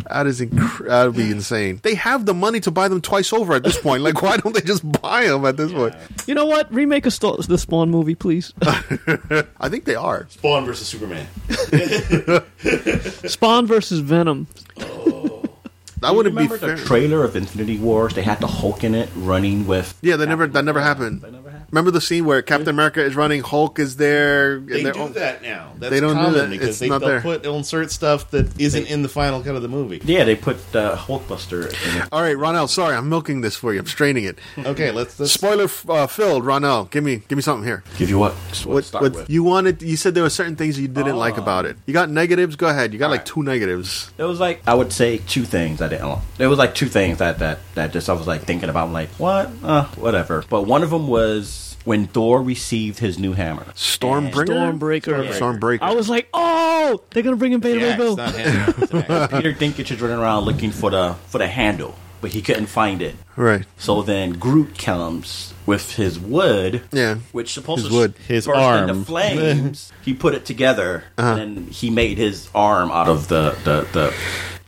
S1: That is inc- that would be insane. They have the money to buy them twice over at this point. Like, why don't they just buy them at this point?
S2: You know what? Remake a Sta- the Spawn movie, please.
S1: I think they are.
S3: Spawn versus Superman.
S2: Spawn versus Venom.
S1: that wouldn't be
S4: remember
S1: fair.
S4: the trailer of Infinity Wars? They had the Hulk in it running with.
S1: yeah, that never that never happened.
S4: That never happened.
S1: Remember the scene where Captain America is running, Hulk is there. and
S3: They
S1: they're
S3: do
S1: all-
S3: that now. That's
S1: they don't do
S3: common
S1: that.
S3: because
S1: It's
S3: they,
S1: not
S3: they'll
S1: there.
S3: put they'll insert stuff that isn't in the final cut of the movie.
S4: Yeah, they put uh, Hulkbuster in it.
S1: All right, Ronell. Sorry, I'm milking this for you. I'm straining it.
S3: Okay, let's. let's
S1: Spoiler f- uh, filled, Ronell. Give me give me something here.
S4: Give you what?
S1: What,
S4: start
S1: what
S4: with. Uh,
S1: you wanted? You said there were certain things you didn't like about it. You got negatives. Go ahead. You got like
S4: right.
S1: two negatives.
S4: There was like I would say two things I didn't. like. There was like two things that that that just I was like thinking about. I'm like what? Uh, whatever. But one of them was when Thor received his new hammer.
S1: Stormbringer.
S2: Stormbreaker.
S1: Stormbreaker.
S2: I was like, oh, they're gonna bring in Beta
S3: yeah,
S2: Ray
S3: it's
S2: Bill.
S3: not happening. It's an axe.
S4: Peter Dinklage is running around looking for the for the handle, but he couldn't find it.
S1: Right.
S4: So then Groot comes with his wood,
S1: Yeah.
S4: which supposed
S1: His
S4: to
S1: wood.
S3: His
S4: burst
S3: arm. Uh-huh.
S4: into flames. he put it together, and then he made his arm out of the the, the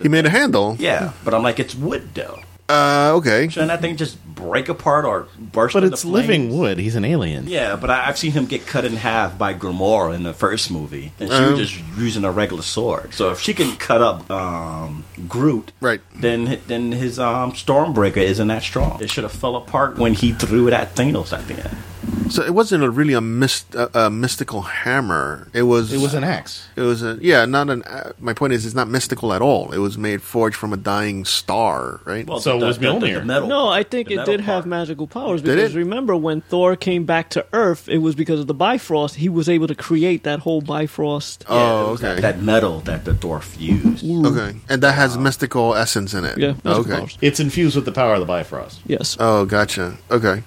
S1: He made a handle.
S4: yeah. But I'm like, it's wood though.
S1: Uh, okay.
S4: Shouldn't that thing just break apart or burst?
S3: but
S4: into
S3: it's
S4: flames?
S3: living wood. He's an alien.
S4: Yeah, but I, I've seen him get cut in half by Grimoire in the first movie, and she
S1: Um.
S4: was just using a regular sword. So if she can cut up um, Groot,
S1: Right.
S4: then hi- then his um, Stormbreaker isn't that strong. It should have fell apart when he threw it at Thanos at the end.
S1: So it wasn't a, really a, myst- a, a mystical hammer. It was.
S3: It was an axe.
S1: It was a yeah, not an. Uh, my point is, it's not mystical at all. It was made forged from a dying star, right?
S4: Well,
S3: So it was Mjolnir.
S4: metal.
S2: No, I think
S4: The
S2: it
S4: metal
S2: did have
S4: part.
S2: magical powers
S1: Did
S2: because
S1: it?
S2: remember when Thor came back to Earth, it was because of the Bifrost. He was able to create that whole Bifrost.
S4: Yeah,
S1: oh,
S4: it was
S1: okay,
S4: That, that metal that the dwarf used.
S1: okay, and that has mystical essence in it.
S2: yeah, magical
S1: okay.
S2: powers.
S3: It's infused with the power of the Bifrost.
S2: Yes.
S1: Oh, gotcha. Okay,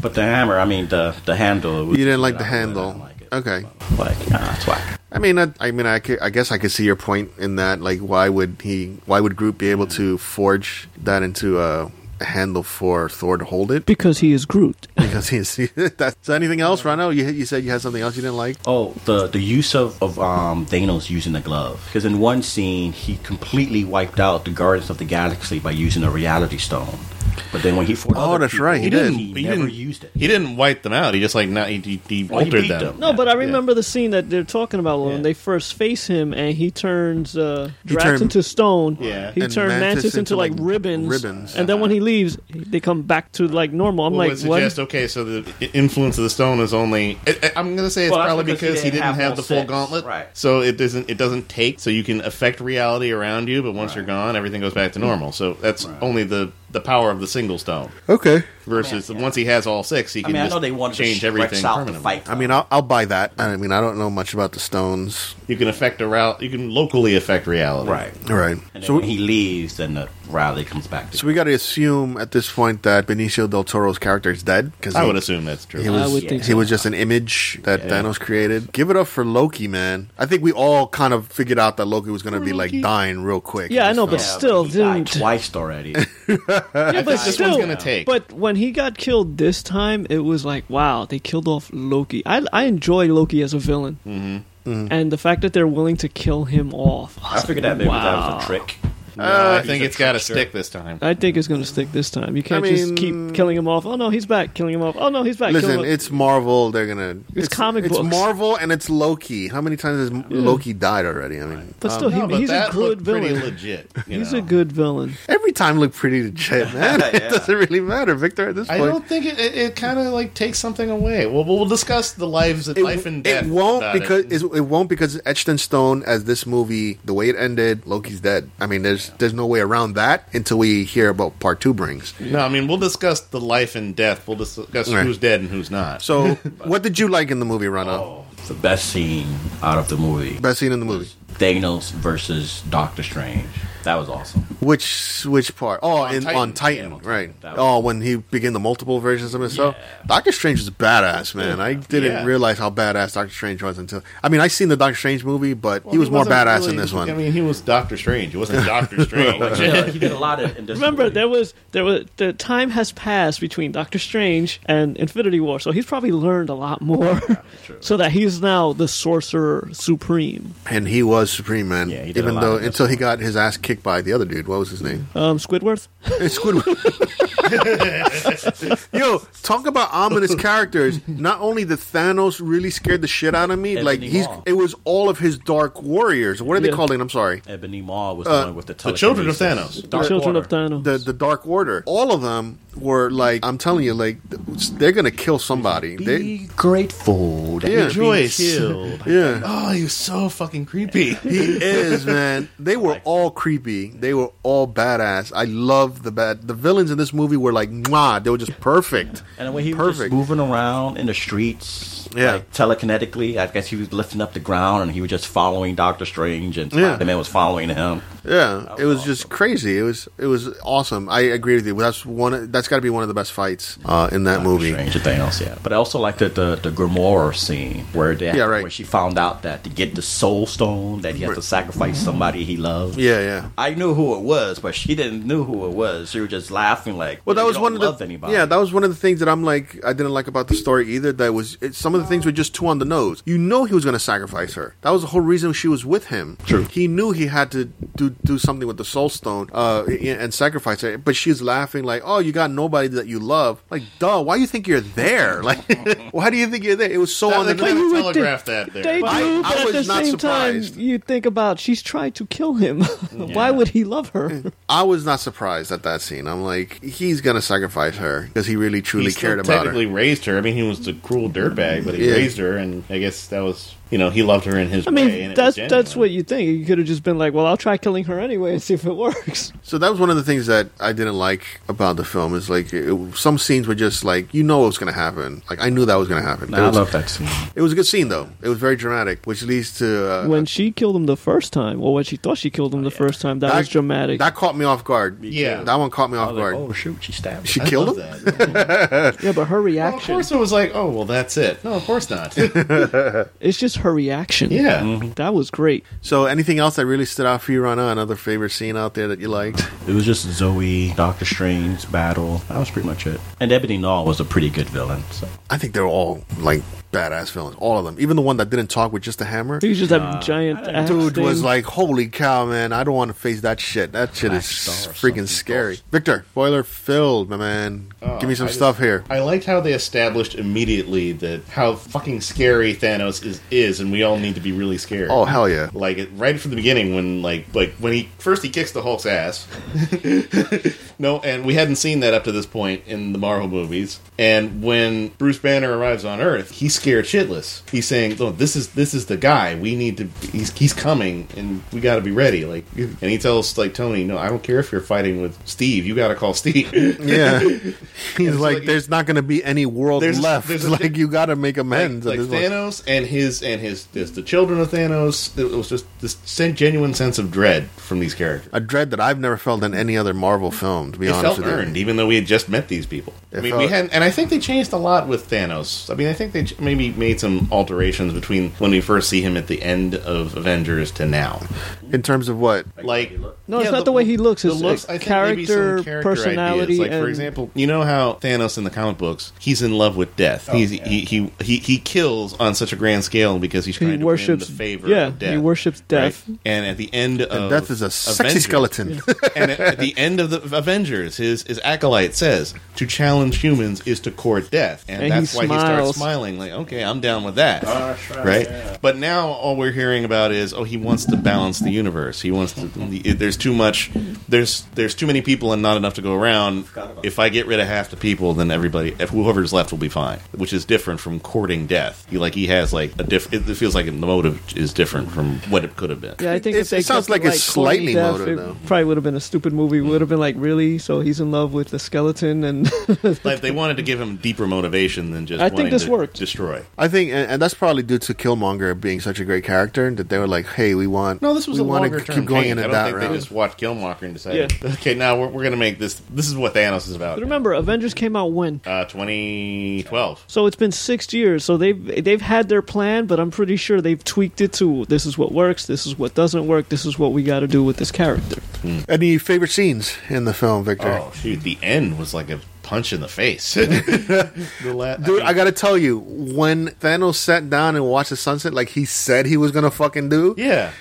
S4: But the hammer, I mean the the handle. it
S1: you
S4: was-
S1: didn't like
S4: I
S1: the
S4: didn't
S1: handle.
S4: like it.
S1: Okay,
S4: Like, nah, it's whack.
S1: I mean, I, I mean, I, could, I guess I could see your point in that. Like, why would he? Why would Groot be able to forge that into a handle for Thor to hold it?
S2: because he is Groot.
S1: Because he's that's so anything else, Rano? You you said you had something else you didn't like.
S4: Oh, the the use of of um, Thanos using the glove because in one scene he completely wiped out the Guardians of the Galaxy by using a Reality Stone, but then when he fought
S1: Oh,
S4: other
S1: that's
S4: people,
S1: right, he
S4: he
S1: did.
S4: didn't.
S3: He
S4: He, never
S3: didn't-
S4: used it.
S3: He didn't wipe them out. He just like not. He, he, he
S4: Well, he
S3: altered
S4: beat
S3: them.
S4: them.
S2: No, but I
S3: Yeah.
S2: remember the scene that they're talking about when
S3: Yeah.
S2: they first face him and he turns uh, Drax
S1: turned-
S2: into stone.
S3: Yeah.
S2: He
S1: And
S2: turned
S1: Mantis
S2: Mantis, into,
S1: into,
S2: like,
S1: like,
S2: ribbons.
S1: ribbons.
S2: And then when he leaves, they come back to like normal. I'm
S3: Well,
S2: like,
S3: would
S2: what?
S3: suggest okay, so the i- influence of the stone is only. I, I- I'm going to say it's
S4: Well, that's
S3: probably
S4: because
S3: because,
S4: he
S3: he
S4: didn't
S3: didn't have,
S4: have all
S3: the full
S4: six,
S3: gauntlet,
S4: right.
S3: So it doesn't it doesn't take. So you can affect reality around you, but once you're gone, everything goes back to normal. So that's only the the power of the single stone.
S1: Okay,
S3: Versus
S4: Yeah,
S3: once he has all six, he
S4: I
S3: can
S4: mean, I
S3: just
S4: know they wanted
S3: change
S4: to
S3: everything
S4: out the
S3: permanently.
S4: fight.
S1: I mean, I'll, I'll buy that. I mean, I don't know much about the stones.
S3: You can affect a route. You can locally affect reality.
S4: right.
S1: All right.
S4: And then
S1: So
S4: when he leaves, then the Riley comes back. To
S1: So we got to assume at this point that Benicio del Toro's character is dead because
S3: I would assume that's true.
S1: he was
S2: I would think
S1: he
S2: so.
S1: was just an image that
S4: Yeah.
S1: Thanos created. Give it up for Loki, man. I think we all kind of figured out that Loki was going to be like dying real quick.
S2: Yeah, I know, but
S4: Yeah,
S2: still
S4: he died
S2: didn't-
S4: twice already.
S2: yeah, but
S3: think this
S2: still,
S3: one's gonna take.
S2: But when he got killed this time, it was like, wow, they killed off Loki. I I enjoy Loki as a villain,
S3: Mm-hmm.
S2: and the fact that they're willing to kill him off,
S4: I
S2: was
S4: figured
S2: like,
S4: that maybe that
S2: wow.
S4: was a trick.
S3: No,
S1: Uh,
S3: I think it's got to stick this time.
S2: I think it's going to stick this time. You can't just
S1: mean-
S2: keep killing him off. Oh no, he's back. Killing him off. Oh no, he's back. killing
S1: Listen,
S2: him off.
S1: it's Marvel. They're gonna.
S2: It's comic
S1: It's
S2: books.
S1: Marvel and it's Loki. How many times has Loki died already? I mean,
S2: but still, he,
S3: um, No, but
S2: he's a
S3: that
S2: good
S3: looked pretty
S2: villain.
S3: legit. you
S2: He's
S3: know.
S2: a good villain.
S1: every time looked pretty legit, man. It
S4: Yeah.
S1: doesn't really matter, Victor. At this
S3: I
S1: point,
S3: don't think it. It, it kind of like takes something away. Well, we'll discuss the lives,
S1: it,
S3: life and death.
S1: It won't
S3: about
S1: because
S3: it.
S1: it. it won't because it's etched in stone as this movie, the way it ended, Loki's dead. I mean, there's there's no way around that until we hear about part two brings.
S3: no, I mean we'll discuss the life and death. We'll discuss
S1: Right.
S3: who's dead and who's not.
S1: So, what did you like in the movie, Rana?
S4: Oh, the best scene out of the movie:
S1: Best scene in the movie.
S4: Thanos versus Doctor Strange. That was awesome.
S1: Which which part? Oh,
S3: On
S1: in,
S3: Titan.
S1: on Titan,
S4: Yeah, on Titan.
S1: right?
S4: That was-
S1: Oh, when he began the multiple versions of himself.
S4: Yeah.
S1: Doctor Strange is badass, man. I didn't
S3: Yeah.
S1: realize how badass Doctor Strange was until I mean, I seen the Doctor Strange movie, but
S3: Well,
S1: he was more
S3: wasn't
S1: badass
S3: really-
S1: in this
S3: I
S1: one.
S3: mean, he was Doctor Strange. It wasn't Doctor Strange.
S4: Yeah, he did a lot of. In this
S2: Remember,
S4: movie.
S2: there was there was the time has passed between Doctor Strange and Infinity War, so he's probably learned a lot more. so that he's now the Sorcerer Supreme.
S1: and he was supreme, man.
S4: Yeah, he did
S1: even
S4: a lot
S1: though
S4: in this
S1: until he got his ass kicked remake by the other dude. What was his name?
S2: Um, Squidworth.
S1: It's Squidward. Yo, talk about ominous characters. Not only the Thanos really scared the shit out of me,
S4: Ebony
S1: like he's
S4: Maw.
S1: it was all of his dark warriors. What are they
S2: Yeah.
S1: called? I'm sorry.
S4: Ebony Maw was
S1: Uh,
S4: the one with the
S3: The Children of
S4: telekinesis.
S3: Thanos.
S4: Dark
S2: Children of
S4: Order.
S2: Thanos.
S1: The the Dark Order. All of them were like I'm telling you, like they're gonna kill somebody. They,
S4: Be grateful. That
S1: Yeah.
S4: you're being
S3: Joyce.
S4: killed.
S1: yeah.
S3: Oh, he was so fucking creepy.
S1: He is, man. They were all creepy. They were all badass. I love the bad. The villains in this movie were like, mwah. They were just perfect.
S4: And the way he was just
S1: perfect.
S4: moving around in the streets,
S1: Yeah.
S4: like, telekinetically, I guess he was lifting up the ground and he was just following Doctor Strange, and
S1: Yeah.
S4: the man was following him.
S1: yeah,
S4: was
S1: it was
S4: awesome.
S1: just crazy. It was it was awesome. I agree with you. That's one. That's got to be one of the best fights uh, in that movie.
S4: Strange and Thanos, yeah. But I also like the the, the Grimoire scene where they,
S1: Yeah, right.
S4: where she found out that to get the Soul Stone, that he has to sacrifice somebody he loves.
S1: Yeah, yeah.
S4: I knew who it was, but she didn't know who it was. She was just laughing like,
S1: Well, that
S4: "You
S1: was
S4: don't
S1: one of
S4: love
S1: the
S4: anybody."
S1: yeah. That was one of the things that I'm like I didn't like about the story either. That was it, some of the things were just too on the nose. You know he was going to sacrifice her. That was the whole reason she was with him.
S4: True.
S1: He knew he had to do do something with the soul stone uh, i- and sacrifice her. But she's laughing like, "Oh, you got nobody that you love." Like, duh. Why you think you're there? Like, why do you think you're there? It was so on
S3: they
S1: the
S3: kind
S1: nose.
S2: you
S3: of
S2: would
S3: telegraphed that there.
S2: They do,
S1: But I-
S2: but
S1: I
S2: at the
S1: was not
S2: same
S1: surprised.
S2: time, you think about she's trying to kill him. Why would he love her?
S1: I was not surprised at that scene. I'm like, he's going to sacrifice her because he really truly
S3: he
S1: cared
S3: still
S1: about her.
S3: technically raised her. I mean, he was the cruel dirtbag, but he
S1: Yeah.
S3: raised her, and I guess that was you know he loved her in his
S2: I
S3: way. and
S2: mean,
S3: it
S2: that's
S3: was
S2: that's
S3: genuine.
S2: what you think. You could have just been like, "Well, I'll try killing her anyway and see if it works."
S1: So that was one of the things that I didn't like about the film is like it, some scenes were just like you know it was going to happen. Like I knew that was going to happen.
S4: Nah,
S1: it,
S4: I
S1: was,
S4: love that scene.
S1: it was a good scene though. It was very dramatic, which leads to uh,
S2: when she killed him the first time, or when she thought she killed him the first time, that,
S1: that-
S2: was dramatic.
S1: That caught me off guard.
S3: Yeah.
S1: that one caught me
S4: I
S1: off
S4: was like,
S1: guard.
S4: oh shoot, she stabbed.
S1: she
S4: She,
S3: I
S1: killed him.
S3: love that.
S2: yeah, but her
S3: Well, of
S2: reaction.
S3: course, it was like, oh well, that's it. No, of course not.
S2: it's just her reaction.
S3: yeah.
S1: Mm-hmm.
S2: That was great.
S1: So anything else that really stood out for you, Rana? Another favorite scene out there that you liked?
S4: it was just Zoe, Doctor Strange's battle. That was pretty much it. And Ebony Maw was a pretty good villain. So
S1: I think they're all like badass villains. All of them, even the one that didn't talk with just a hammer.
S2: He was just that giant axe
S1: Dude
S2: thing.
S1: was like, "Holy cow, man! I don't want to face that shit. That shit is
S4: Black Star or something.
S1: freaking scary." Victor, boiler filled, my man. Give me some stuff here.
S3: Oh, I liked how they established immediately that how fucking scary Thanos is, is and we all need to be really scared.
S1: Oh hell yeah!
S3: Like it- right from the beginning, when like like when he first he kicks the Hulk's ass. no, and we hadn't seen that up to this point in the Marvel movies. And when Bruce Banner arrives on Earth, he's scared shitless. He's saying, "No, this is this is the guy. We need to. He's he's coming, and we got to be ready." Like, and he tells like Tony, "No, I don't care if you're fighting with Steve. You got to call Steve."
S1: Yeah, he's like,
S3: like-
S1: "There's not going to be any world
S3: There's-
S1: left.
S3: there's a-
S1: like you got to make amends."
S3: like,
S1: at
S3: like
S1: this point.
S3: Thanos and his and his this, the children of Thanos. It was just this sen- genuine sense of dread from these characters.
S1: a dread that I've never felt in any other Marvel film. To be
S3: It
S1: honest
S3: felt
S1: with you,
S3: earned, even though we had just met these people.
S1: It
S3: I mean, we
S1: felt-
S3: had, and I think they changed a lot with Thanos. I mean, I think they ch- maybe made some alterations between when we first see him at the end of Avengers to now.
S1: in terms of what?
S3: Like,
S2: No, it's
S3: yeah,
S2: not the, way he looks.
S3: the
S2: It's
S3: looks, I
S2: like
S3: think maybe some
S2: character,
S3: character ideas.
S2: personality,
S3: Like
S2: and
S3: for example, you know how Thanos in the comic books, he's in love with death. he's, he, he he he kills on such a grand scale because he's trying
S2: he
S3: to
S2: worships
S3: win the favor.
S2: Yeah,
S3: of death.
S2: he worships death.
S3: Right. And at the end of
S1: And death is a sexy
S3: Avengers-
S1: skeleton.
S3: and at, at the end of the Avengers, his his acolyte says to challenge humans is to court death, and,
S2: And he
S3: that's why he starts
S2: smiles.
S3: smiling. Like, okay, I'm down with that, right? But now all we're hearing about is, oh, he wants to balance the universe. He wants to. the- There's too much. There's there's too many people and not enough to go around.
S4: about
S3: If I get rid of half the people, then everybody, if whoever's left, will be fine. Which is different from courting death. He like he has like a different. It feels like the motive is different from what it could have been.
S2: Yeah, I think
S1: It-
S2: if they
S1: it sounds like
S2: kept
S1: it's
S2: Corey
S1: slightly
S2: Death,
S1: motive,
S2: it
S1: though.
S2: Probably would have been a stupid movie. Would have been like, really? So he's in love with the skeleton, and
S3: like they wanted to give him deeper motivation than just
S2: I think
S3: wanting
S2: this
S3: to
S2: worked.
S3: destroy.
S1: I think, and, and that's probably due to Killmonger being such a great character that they were like, "Hey, we want
S3: No, this was
S1: we
S3: a
S1: wanna
S3: longer term.
S1: keep going
S3: thing.
S1: in
S3: I
S1: at
S3: don't
S1: that
S3: think
S1: round."
S3: they just watched Killmonger and decided, okay, now we're, we're going to make this. This is what Thanos is about.
S2: remember, Avengers came out when?
S3: Uh, 2012.
S2: So it's been six years. So they've they've had their plan, but I'm pretty sure they've tweaked it to this is what works, this is what doesn't work, this is what we got to do with this character.
S1: Any favorite scenes in the film, Victor?
S3: Oh shoot! The end was like a punch in the face. The la-
S1: Dude, I
S3: mean,
S1: gotta tell you, when Thanos sat down and watched the sunset, like he said he was gonna fucking do,
S3: yeah,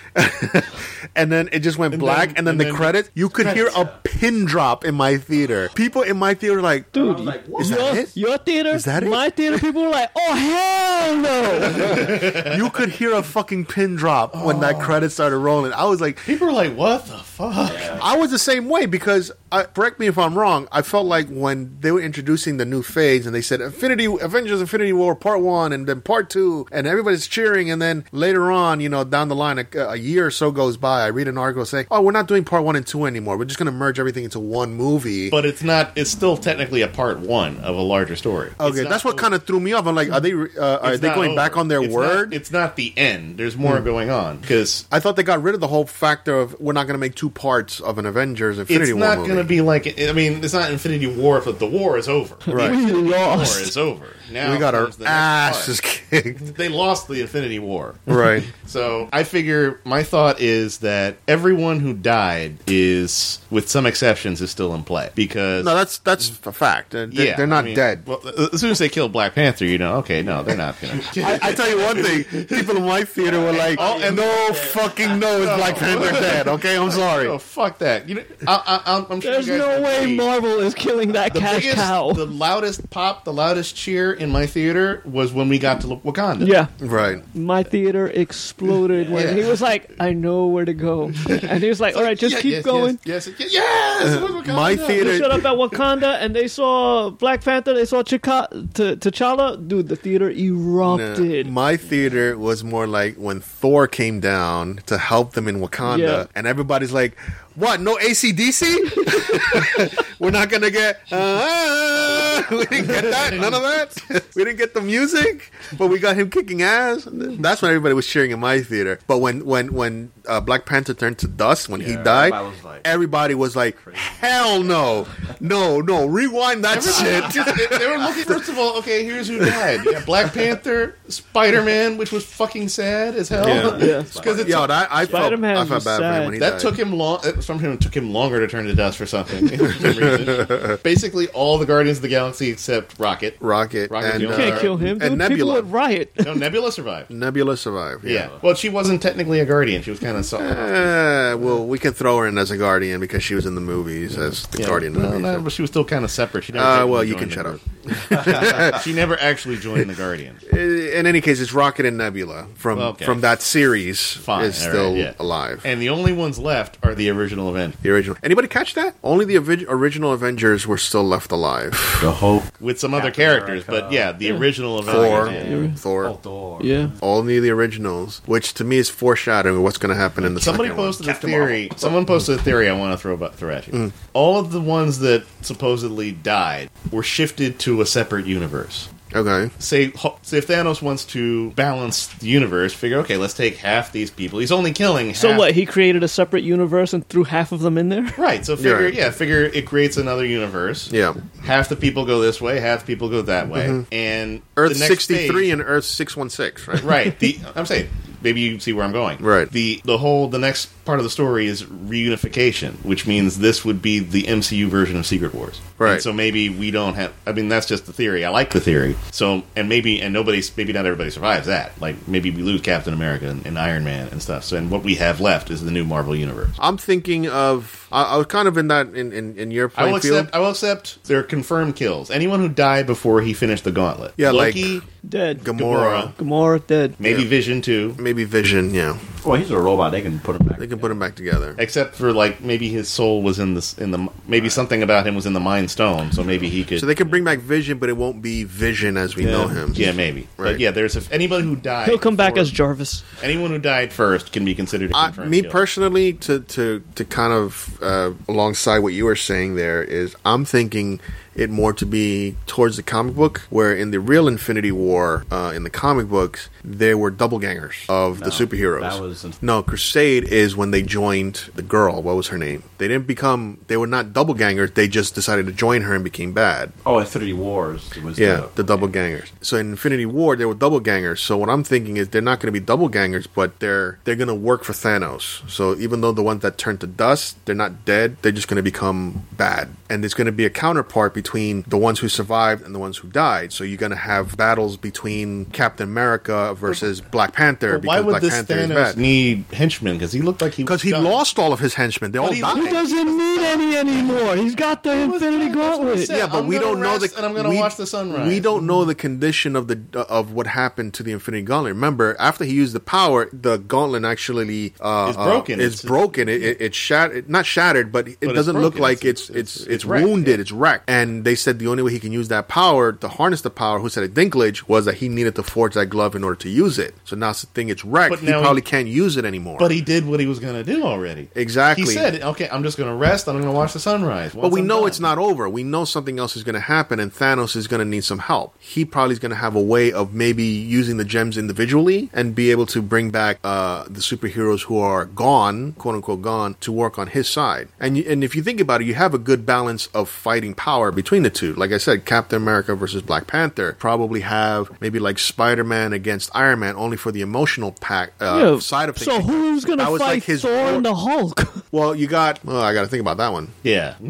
S1: and then it just went
S3: And
S1: black,
S3: then-
S1: and then
S3: and
S1: the
S3: then-
S1: credits, you could hear a pin drop in my theater. People in my theater were like,
S2: Dude,
S4: was like, what?
S1: is that
S2: your,
S1: it?
S2: your theater,
S1: Is that it?
S2: my theater, people were like, "Oh hell no!"
S1: you could hear a fucking pin drop when
S3: Oh.
S1: that credit started rolling. I was like,
S3: people are like, "What the fuck?"
S1: I was the same way because I, correct me if I'm wrong. I felt like when they were introducing the new phase and they said Infinity Avengers Infinity War Part One and then Part Two and everybody's cheering and then later on, you know, down the line, a, a year or so goes by. I read an article saying, "Oh, we're not doing Part One and Two anymore. We're just going to merge everything into one movie."
S3: But it's not. It's still technically a part one of a larger story.
S1: okay, that's what kind of threw me off. I'm like, are they uh, are they going back on their word? Hmm.
S3: it's not the end. There's more going on because
S1: I thought they got rid of the whole factor of we're not going to make two parts of an Avengers Infinity
S3: it's
S1: War
S3: not
S1: movie.
S3: going to be like I mean, it's not Infinity War, but the war is over.
S1: Right.
S3: The
S2: We
S3: war
S2: lost.
S3: is over. Now
S1: we got our
S3: comes the next
S1: asses
S3: part.
S1: kicked.
S3: They lost the Infinity War.
S1: right.
S3: So I figure my thought is that everyone who died is, with some exceptions, is still in play because
S1: No, that's that's a fact. They're, they're- they're not
S3: I mean,
S1: dead.
S3: Well, as soon as they kill Black Panther, you know, okay, no, they're not going to.
S1: I, I tell you one thing: people in my theater were like,
S3: Oh, and-
S1: "No fucking no, is Black Panther dead?" Okay, I'm
S3: Oh
S1: sorry.
S3: fuck that! You know, I, I, I'm- I'm sure
S2: There's
S3: you guys
S2: no way
S3: agree.
S2: Marvel is killing that
S3: The
S2: cash
S3: biggest,
S2: cow.
S3: the loudest pop, the loudest cheer in my theater was when we got to Wakanda.
S2: yeah,
S1: Right.
S2: my theater exploded when
S3: Yeah.
S2: he was like, "I know where to go," and he was like, "All right, just
S3: Yeah,
S2: keep
S3: yes,
S2: going."
S3: Yes, yes, yes, yes, it was Wakanda.
S1: Uh, My theater-
S2: They showed up at Wakanda and they saw Black Panther. They saw Chika- T- T'Challa. Dude, the theater erupted.
S1: My theater was more like when Thor came down to help them in Wakanda,
S2: Yeah.
S1: and everybody's like, "What? No ACDC? We're not gonna get? Uh, we didn't get that. None of that. we didn't get the music, but we got him kicking ass. That's when everybody was cheering in my theater. But when when when uh, Black Panther turned to dust when he
S4: Yeah,
S1: died,
S4: everybody was like-
S1: everybody was like, "Hell no, no, no! Rewind that shit."
S3: Everybody just- they- they were looking. First of all, okay, here's who died: You got Black Panther, Spider Man, which was fucking sad as hell.
S1: Yeah.
S2: Yeah.
S3: 'Cause it's-
S1: Yo, that, I felt,
S2: Spider-Man
S1: I felt
S2: was
S1: bad for him
S2: sad.
S1: when he
S3: that
S1: died.
S3: took him long. It, sometimes it took him longer to turn to dust for something. for some reason. Basically, all the Guardians of the Galaxy except Rocket.
S1: Rocket,
S3: Rocket
S1: and
S3: Jones.
S2: Can't
S1: uh,
S2: kill him. Dude,
S1: and
S2: people
S1: Nebula.
S2: would riot.
S3: No, Nebula survived.
S1: Nebula survived.
S3: Yeah. Well, she wasn't technically a guardian. She was kind of soft.
S1: Eh, well, we can throw her in as a guardian because she was in the movies as the
S3: Yeah.
S1: guardian. of the
S3: Well, no,
S1: movies.
S3: but she was still kind of separate. She never
S1: Uh,
S3: technically
S1: well, you
S3: joined
S1: can
S3: the
S1: shut up.
S3: group. She never actually joined the Guardian.
S1: Eh, In any case, it's Rocket and Nebula from
S3: Okay.
S1: from that series
S3: Fine,
S1: is
S3: all right,
S1: still
S3: yeah.
S1: alive.
S3: And the only ones left are the original event
S1: the original. Anybody catch that? Only the orig- original Avengers were still left alive.
S4: The Hulk.
S3: with some other
S4: Captain
S3: characters,
S4: America.
S3: but yeah, the original
S1: Thor,
S3: event.
S1: Thor,
S4: Oh,
S3: Oh.
S4: Thor.
S2: Yeah.
S1: only the originals, which to me is foreshadowing of what's going to happen in the
S3: Somebody
S1: second one.
S3: posted a theory. Someone posted a theory. I want to throw about throw at you.
S1: Mm.
S3: All of the ones that supposedly died were shifted to a separate universe.
S1: Okay,
S3: Say, ho- say if Thanos wants to balance the universe, figure okay, let's take half these people. He's only killing.
S2: So
S3: half
S2: what? He created a separate universe and threw half of them in there.
S3: Right. So figure
S1: Right.
S3: yeah, figure it creates another universe.
S1: yeah. Mm-hmm.
S3: Half the people go this way, half the people go that way, and
S1: Earth
S3: the next
S1: sixty three
S3: phase-
S1: and Earth six one six, right?
S3: right. The I'm saying maybe you see where I'm going.
S1: Right.
S3: The the whole the next part of the story is reunification, which means this would be the MCU version of Secret Wars.
S1: Right.
S3: And so maybe we don't have. I mean, that's just the theory. I like the theory. So and maybe and nobody's maybe not everybody survives that. Like maybe we lose Captain America and, and Iron Man and stuff. So and what we have left is the new Marvel universe.
S1: I'm thinking of. I, I was kind of in that in in, in your
S3: I uh,
S1: playing
S3: will
S1: field.
S3: accept. I will accept their confirmed kills. Anyone who died before he finished the gauntlet.
S1: Yeah, like-
S3: Loki,
S2: Dead.
S1: Gamora,
S3: Gamora.
S2: Gamora dead.
S3: maybe
S1: Yeah.
S3: Vision too.
S1: maybe Vision. Yeah,
S4: Well, he's a robot. They can put him back.
S1: they can put them back together.
S3: except for like maybe his soul was in this in the maybe something about him was in the mind stone so maybe he could
S1: So they can bring back Vision, but it won't be Vision as we
S3: yeah,
S1: know him.
S3: yeah maybe
S1: Right.
S3: but yeah there's if anybody who died
S2: He'll come back
S3: before-
S2: as Jarvis.
S3: anyone who died first can be considered a
S1: I,
S3: confirmed
S1: me
S3: kill.
S1: personally, to to to kind of uh, alongside what you were saying there is, I'm thinking it more to be towards the comic book, where in the real Infinity War, uh, in the comic books, there were double gangers of the
S4: No,
S1: superheroes.
S4: that was Crusades and
S1: No, Crusade is when they joined the girl. What was her name? They didn't become. They were not double gangers. They just decided to join her and became bad.
S4: oh, Infinity Wars was
S1: Yeah, the double gangers. So in Infinity War, they were double gangers. So what I'm thinking is they're not going to be double gangers, but they're they're going to work for Thanos. So even though the ones that turn to dust, they're not dead. They're just going to become bad, and there's going to be a counterpart between the ones who survived and the ones who died. So you're going to have battles between Captain America versus Black Panther
S3: But why
S1: because
S3: would
S1: Black
S3: this
S1: Panther is
S3: Thanos
S1: bad.
S3: need henchmen? Because he looked like he was
S1: Because he
S3: done.
S1: lost all of his henchmen. They all
S3: he-
S1: died.
S2: He doesn't need any anymore. He's got the Infinity
S3: that's what I
S2: Gauntlet.
S3: said.
S1: yeah, but
S3: I'm
S1: we
S3: gonna
S1: don't know
S3: rest
S1: the
S3: and I'm gonna
S1: we-
S3: watch the sunrise.
S1: We don't know the condition of the of what happened to the Infinity Gauntlet. Remember, after he used the power, the gauntlet actually uh,
S3: It's broken.
S1: Uh, it's,
S3: It's-
S1: broken. It, it, it's shattered, not shattered, but it
S3: it's
S1: doesn't look
S3: broken.
S1: like it's
S3: It's-
S1: it's it's,
S3: it's- it's wrecked,
S1: wounded.
S3: yeah.
S1: It's wrecked. And they said the only way he can use that power to harness the power, who said it, Dinklage, was that he needed to forge that glove in order to use it. So now it's the thing. It's wrecked.
S3: But
S1: he
S3: now he-
S1: probably can't use it anymore.
S3: But he did what he was going to do already.
S1: Exactly.
S3: He said, "Okay, I'm just going to rest. I'm going to watch the sunrise."
S1: But we know it's not over. We know something else is going to happen, and Thanos is going to need some help. He probably is going to have a way of maybe using the gems individually and be able to bring back uh, the superheroes who are gone, quote unquote, gone, to work on his side. And you, and if you think about it, you have a good balance of fighting power between the two. Like I said, Captain America versus Black Panther probably have maybe like Spider Man against Iron Man, only for the emotional pack uh,
S2: Yeah,
S1: side of things.
S2: So who's gonna
S1: That was
S2: fight
S1: like his
S2: Thor
S1: war-
S2: and the Hulk?
S1: Well, you got. Well, I got to think about that one.
S3: Yeah.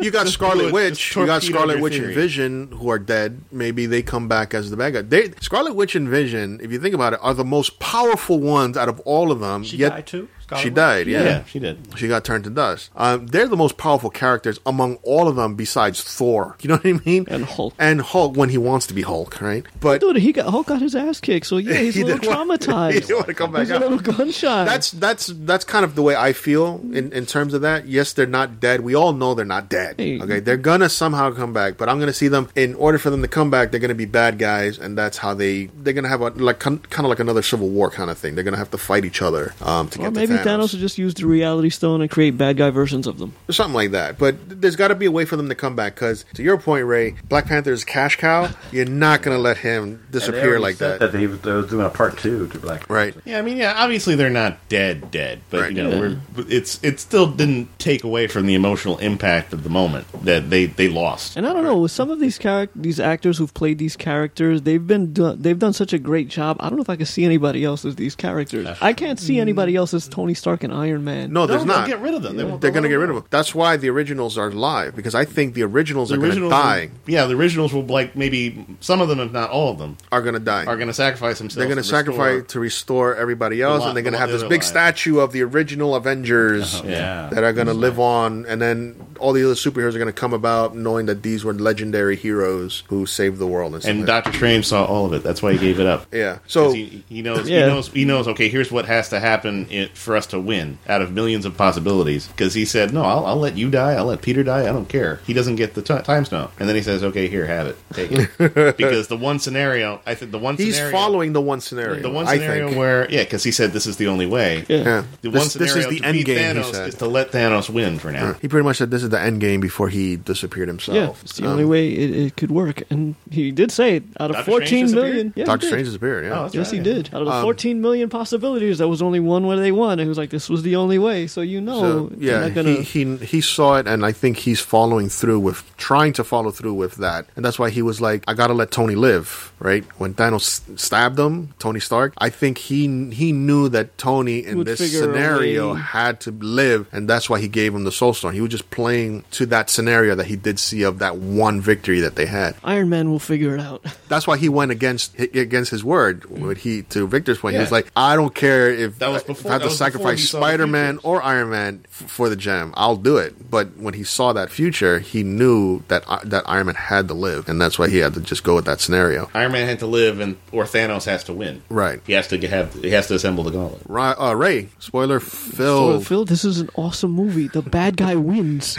S1: You got
S3: blew
S1: Scarlet
S3: it.
S1: Witch.
S3: Just
S1: You got
S3: torpedoed
S1: Scarlet
S3: your
S1: Witch and
S3: theory.
S1: Vision, who are dead. Maybe they come back as the bad guy. They, Scarlet Witch and Vision, if you think about it, are the most powerful ones out of all of them.
S4: She
S1: yet-
S4: died too. Scarlet
S1: she
S4: Witch?
S1: died. Yeah.
S3: yeah, she did.
S1: She got turned to dust. Um, they're the most powerful characters among all of them, besides Thor. You know what I mean?
S2: And Hulk.
S1: And Hulk when he wants to be Hulk, right? But
S2: Dude, he got Hulk got his ass kicked. So yeah, he's
S1: He
S2: a little
S1: didn't want- he
S2: traumatized.
S1: didn't want to come back
S2: He's a
S1: out.
S2: little gunshot.
S1: that's that's that's kind of the way I feel in, in terms of that. Yes, they're not dead. We all know they're not dead.
S2: Hey.
S1: Okay, they're gonna somehow come back, but I'm gonna see them. In order for them to come back, they're gonna be bad guys, and that's how they they're gonna have a like kind of like another civil war kind of thing. They're gonna have to fight each other um, to
S2: or
S1: get
S2: maybe
S1: to Thanos,
S2: Thanos will just use the Reality Stone and create bad guy versions of them.
S1: something like that. But th- there's got to be a way for them to come back because to your point, Ray, Black Panther is a cash cow. You're not gonna let him
S4: And they
S1: disappear
S4: already
S1: like
S4: said
S1: that,
S4: That they was, they was doing a part two to Black.
S1: right?
S3: Yeah, I mean, yeah. Obviously, they're not dead, dead, but
S1: Right.
S3: you know, we're, but it's it still didn't take away from the emotional impact of the moment that they they lost.
S2: And I don't know, with some of these character, these actors who've played these characters, they've been do- they've done such a great job. I don't know if I can see anybody else as these characters. I can't see anybody else as Tony Stark and Iron Man.
S1: No, there's
S3: they'll
S1: not.
S3: Get rid of them. They won't-
S1: They're going to
S3: they'll
S1: get
S3: let
S1: rid of them. That's why the originals are live because I think the originals are going to
S3: originals
S1: die.
S3: will- yeah, the originals will like maybe some of them, if not all of them,
S1: Are going to die.
S3: are going to sacrifice themselves.
S1: they're going to
S3: restore-
S1: sacrifice to restore everybody else,
S3: li-
S1: and they're going to
S3: the-
S1: have
S3: the
S1: this
S3: other
S1: big
S3: lives.
S1: statue of the original Avengers
S4: yeah.
S1: that are going to live on, and then all the other superheroes are going to come about knowing that these were legendary heroes who saved the world and stuff.
S3: And
S1: like
S3: Doctor Strange saw all of it. That's why he gave it up.
S1: that. yeah, so
S3: 'Cause he, he knows
S2: Yeah.
S3: he knows he knows okay here's what has to happen it, for us to win out of millions of possibilities because he said no I'll, I'll let you die I'll let Peter die I don't care he doesn't get the ti time stone and then he says okay here have it take it because the one scenario I think the one
S1: he's
S3: scenario,
S1: following the one scenario.
S3: the one
S1: I
S3: scenario
S1: think.
S3: where yeah because he said this is the only way
S2: Yeah.
S1: yeah.
S3: the one
S1: this, this
S3: scenario
S1: is the
S3: to
S1: end
S3: beat
S1: game. He
S3: Thanos is
S1: said.
S3: to let Thanos win for now
S1: He pretty much said this is the end game before he disappeared
S2: Yeah,
S1: himself.
S2: it's the
S1: Um,
S2: only way it, it could work. And he did say it out of
S3: Doctor
S2: 14 million.
S3: Strange disappeared?
S2: Yeah, he
S1: Doctor
S2: did.
S1: Strange disappeared. Yeah.
S3: Oh, that's
S2: Yes, he
S3: right.
S2: did. Out of the
S1: Um,
S2: 14 million possibilities, there was only one where they won. And he was like, this was the only way. So you know,
S1: So,
S2: you're
S1: yeah,
S2: not gonna,
S1: he, he he saw it, and I think he's following through with trying to follow through with that, and that's why he was like, "I gotta let Tony live." Right when Thanos s- stabbed him, Tony Stark. I think he he knew that Tony in
S2: Would
S1: this
S2: figure a
S1: scenario
S2: way.
S1: had to live, and that's why he gave him the Soul Stone. He was just playing to that scenario that he did see of that one victory that they had.
S2: Iron Man will figure it out.
S1: That's why he went against hi- against his word. When he to Victor's point, he
S3: Mm-hmm. Yeah.
S1: was like, "I don't care if
S3: That was
S1: if
S3: before-
S1: I have
S3: that
S1: to
S3: was before
S1: sacrifice
S3: he saw the
S1: Spider Man
S3: futures.
S1: or Iron Man f- for the gem. I'll do it." But when he saw that future, he knew that I that Iron Man had to live, and that's why he had to just go with that scenario.
S3: Iron Man had to live and or Thanos has to win
S1: Right.
S3: he has to have he has to assemble the gauntlet
S1: Ri- uh, Ray, spoiler
S2: So,
S1: filled
S2: Phil, this is an awesome movie. The bad guy wins.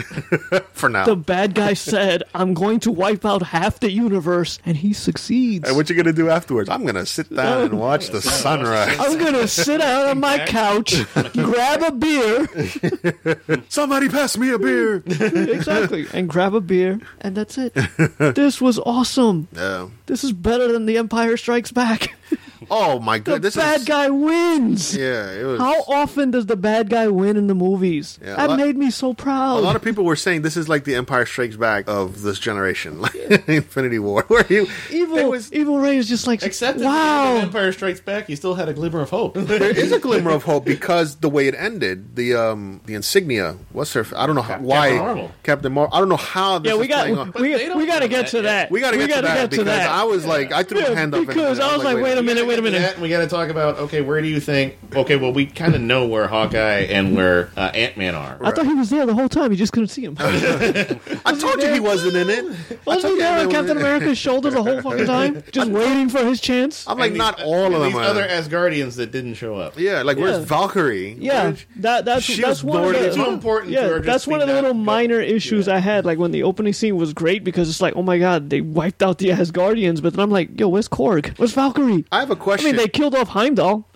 S1: for now.
S2: the bad guy said, I'm going to wipe out half the universe. And he succeeds.
S1: and what you gonna do afterwards? I'm gonna sit down and watch the sunrise.
S2: I'm going to sit down on my couch, grab a beer.
S1: Somebody pass me a beer.
S2: exactly. And grab a beer, and that's it. this was awesome.
S1: Yeah.
S2: This is better than The Empire Strikes Back.
S1: Oh my
S2: The
S1: god, this
S2: bad
S1: is
S2: guy wins.
S1: yeah. It was
S2: How often does the bad guy win in the movies?
S1: Yeah, a
S2: that
S1: lot-
S2: made me so proud.
S1: a lot of people were saying this is like the Empire Strikes Back of this generation, like Infinity War, where you it
S2: evil,
S1: was
S2: evil Ray is just like,
S3: Except that wow.
S2: wow.
S3: Empire Strikes Back, you still had a glimmer of hope.
S1: there is a glimmer of hope because the way it ended, the um the insignia, what's her? I don't know how,
S3: Captain
S1: why
S3: Marvel.
S1: Captain Marvel. I don't know how this
S2: Yeah, we
S1: is playing on.
S2: got we,
S3: they
S2: we,
S3: don't
S2: got to
S3: know
S2: get
S3: that
S2: to
S3: yet.
S2: that.
S1: We got to get to
S2: gotta
S1: that because I was like, I threw
S2: Yeah,
S1: my hand up
S2: because
S1: and
S2: I was like, wait a minute, wait a minute.
S3: That, we got to talk about okay, where do you think? Okay, well, we kind of know where Hawkeye and where uh, Ant Man are.
S2: I thought he was there the whole time. You just couldn't see him.
S1: I told you he wasn't in it. I
S2: Wasn't
S1: told
S2: he
S1: you
S2: there on
S1: wasn't
S2: Captain
S1: in it.
S2: America's shoulder the whole fucking time, just waiting for his chance?
S1: I'm like,
S3: And
S1: not
S3: these-
S1: all
S3: and
S1: of them.
S3: These
S1: are-
S3: other Asgardians that didn't show up.
S1: yeah, like
S2: Yeah.
S1: where's Valkyrie?
S2: Yeah,
S1: Where's-
S2: that that's
S1: She
S2: that's
S1: was
S2: one of
S1: bored.
S2: the,
S1: It's
S3: too important
S2: Yeah,
S3: to her just
S2: that's
S3: be
S2: one of the
S3: not
S2: little
S3: go-
S2: minor issues I had. Like when the opening scene was great because it's like, oh my god, they wiped out the Asgardians, but then I'm like, yo, where's Korg? Where's Valkyrie?
S1: I have a
S2: I
S1: question. I,
S2: mean, they killed off Heimdall.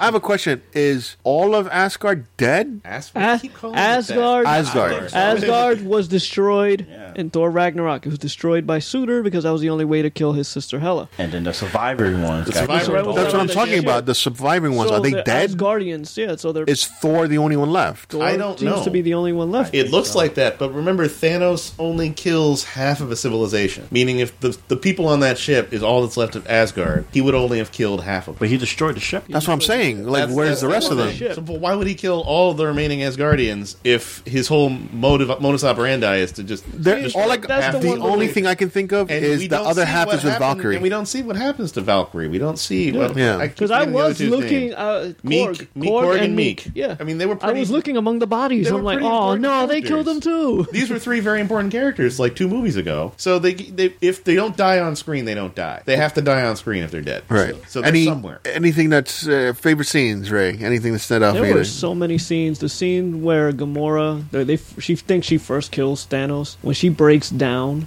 S1: have a question. Is all of Asgard dead?
S3: As-
S2: As- Asgard,
S1: Asgard.
S2: Asgard was destroyed
S4: Yeah.
S2: in Thor Ragnarok. It was destroyed by Suter because that was the only way to kill his sister Hela.
S4: And then the survivor ones. got
S3: survivor
S4: killed.
S2: ones.
S1: That's what I'm
S2: Yeah.
S1: talking about. The surviving ones
S2: so
S1: are they
S2: the
S1: dead?
S2: Asgardians, yeah. So they're
S1: Is Thor the only one left?
S2: Thor
S3: I don't
S2: seems
S3: know.
S2: to be the only one left.
S3: It looks like that, but remember, Thanos only kills half of a civilization. Meaning, if the the people on that ship is all that's left of Asgard, he would only have killed half of. them.
S4: But he destroyed the ship.
S1: That's what I'm saying. Like,
S3: That's-
S1: where's
S3: that's
S1: the rest of
S3: one
S1: them?
S3: thing. So, but why would he kill all of the remaining Asgardians if his whole motive modus operandi is to just
S1: They're-
S3: destroy
S1: all like
S2: That's
S1: the,
S2: the one where
S1: only
S2: we-
S1: thing I can think of
S3: And we
S1: is the
S3: don't
S1: other
S3: see
S1: half
S3: what
S1: is with
S3: happened-
S1: Valkyrie.
S3: And we don't see what happens to Valkyrie. We don't see. What,
S1: Yeah.
S3: keep
S2: Because I
S3: forgetting the other
S2: was
S3: two's
S2: looking
S3: names.
S2: uh, Korg,
S3: Meek- Meek, Korg and Meek.
S2: Yeah,
S3: I mean, they were
S2: I was
S3: pretty-
S2: looking among the bodies.
S3: they
S2: I'm
S3: were
S2: like,
S3: pretty
S2: oh
S3: important
S2: no, they
S3: characters."
S2: killed them too.
S3: These were three very important characters, like two movies ago. So they, they, if they don't die on screen, they don't die. They have to die on screen if they're dead.
S1: Right.
S3: So, so they're
S1: Any,
S3: somewhere.
S1: Anything that's uh, favorite scenes, Ray? Anything that stood out for
S2: There
S1: you?
S2: were so many scenes. The scene where Gamora, they, they she thinks she first kills Thanos when she breaks down.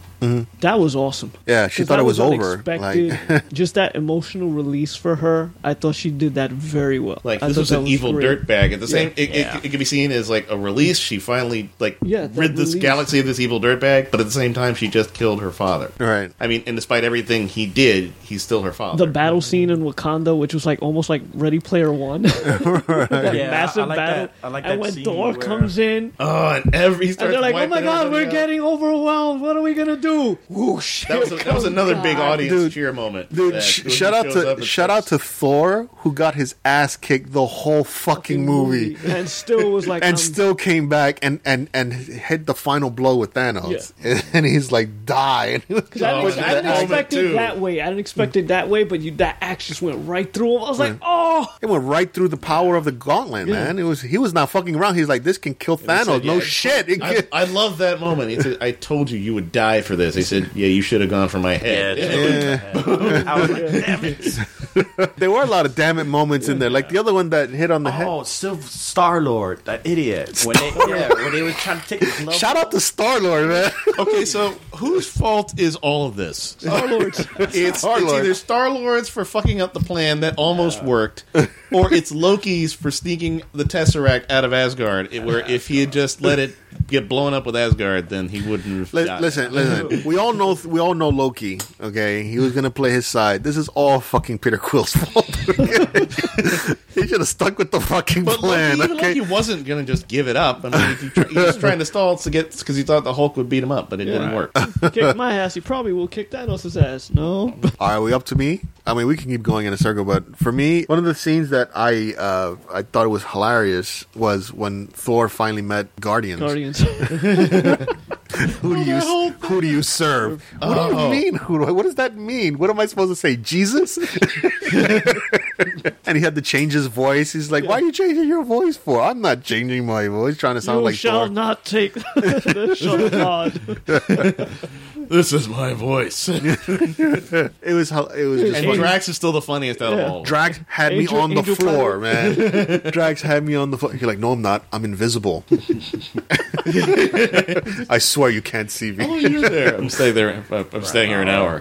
S2: That was awesome.
S1: Mm-hmm. Yeah, she
S2: 'Cause
S1: thought
S2: that
S1: it was over,
S2: unexpected. Just that emotional release for her. I thought she did that very well.
S3: Like
S2: I
S3: this
S2: thought
S3: was
S2: that
S3: an evil
S2: great.
S3: dirtbag. At the same, it, it-
S2: Yeah.
S3: it, can be seen as like a release. She finally like
S2: Yeah, that
S3: rid this
S2: release.
S3: galaxy of this evil dirtbag, but at the same time, she just killed her father.
S1: Right.
S3: I mean, and despite everything he did, he's still her father.
S2: The battle scene in Wakanda, which was like almost like Ready Player One, that
S4: Yeah, I-
S2: massive
S4: I like
S2: battle.
S4: that- I like that
S2: and when
S4: scene
S2: Thor
S4: where-
S2: comes in,
S3: oh, and every he
S2: and
S3: starts
S2: they're like, "Oh my
S3: wiping
S2: God, we're
S3: everybody out.
S2: getting overwhelmed. What are we gonna do?" Whoosh!
S3: That was, a, that was another big audience
S1: Dude.
S3: cheer moment.
S1: Dude,
S3: that
S1: sh-
S3: when he
S1: shout out
S3: shows up
S1: to
S3: and
S1: shout
S3: starts-
S1: out to Thor who got his ass kicked the whole fucking movie. Um,
S2: and still was like,
S1: and
S2: "I'm
S1: still came back and, and, and hit the final blow with Thanos. And he's like, die.
S2: Because I
S3: Oh,
S2: didn't,
S3: and
S2: I
S3: that
S2: didn't
S3: moment,
S2: expect it
S3: too.
S2: that way. I didn't expect it that way, but you, that axe just went right through him. I was like, oh,
S1: it went right through the power of the gauntlet, man. It was he was not fucking around. He's like, this can kill
S3: He
S1: Thanos.
S3: said,
S1: no
S3: yeah,
S1: shit. It
S3: I,
S1: can-
S3: I love that moment. He said, "I told you you would die for this." He said, "Yeah, you should have gone for my head."
S4: I was like, damn it.
S1: there were a lot of damn it moments in there. Like the other one that hit on the head.
S4: Oh, Silver Star Lord, that idiot. When they, yeah, when they were trying to take the glove.
S1: Shout out to Star Lord, man.
S3: okay, so whose fault is all of this?
S2: Star Lord's.
S3: It's, it's
S1: Star-Lord.
S3: either Star Lord's for fucking up the plan that almost worked, or it's Loki's for sneaking the Tesseract out of Asgard. it- Where if he had just let it get blown up with Asgard, then he wouldn't have.
S1: Li-
S3: gotten it.
S1: listen, listen. We all know we all know Loki. Okay, he was gonna play his side. This is all fucking Peter Quill's fault. he should have stuck with the fucking
S3: But
S1: plan.
S3: Loki, even
S1: okay,
S3: Loki wasn't going to just give it up. I mean, he, he was trying to stall to get because he thought the Hulk would beat him up, but it didn't work.
S2: kicked my ass. He probably will kick Thanos' ass.
S3: Oh,
S2: No.
S1: Are we up to me? I mean, we can keep going in a circle, but for me, one of the scenes that I uh, I thought it was hilarious was when Thor finally met Guardians.
S2: Guardians.
S1: Who do you who do you serve? Oh, What do you
S3: Oh.
S1: mean? Who do I, what does that mean? What am I supposed to say? Jesus? and he had to change his voice. He's like, "Why are you changing your voice for? I'm not changing my voice. Trying to sound
S2: you
S1: like
S2: shall
S1: Thor."
S2: not take the shot of God.
S3: This is my voice. and
S1: It was hel- it was just funny.
S3: Drax is still the funniest out of all. of them.
S1: Drax had
S2: Angel-
S1: me on the
S2: Angel
S1: floor, man. Drax had me on the floor. You're like, no, I'm not. I'm invisible. I swear you can't see
S3: How
S1: me.
S3: long are you there? I'm staying there. I'm, I'm staying here an hour.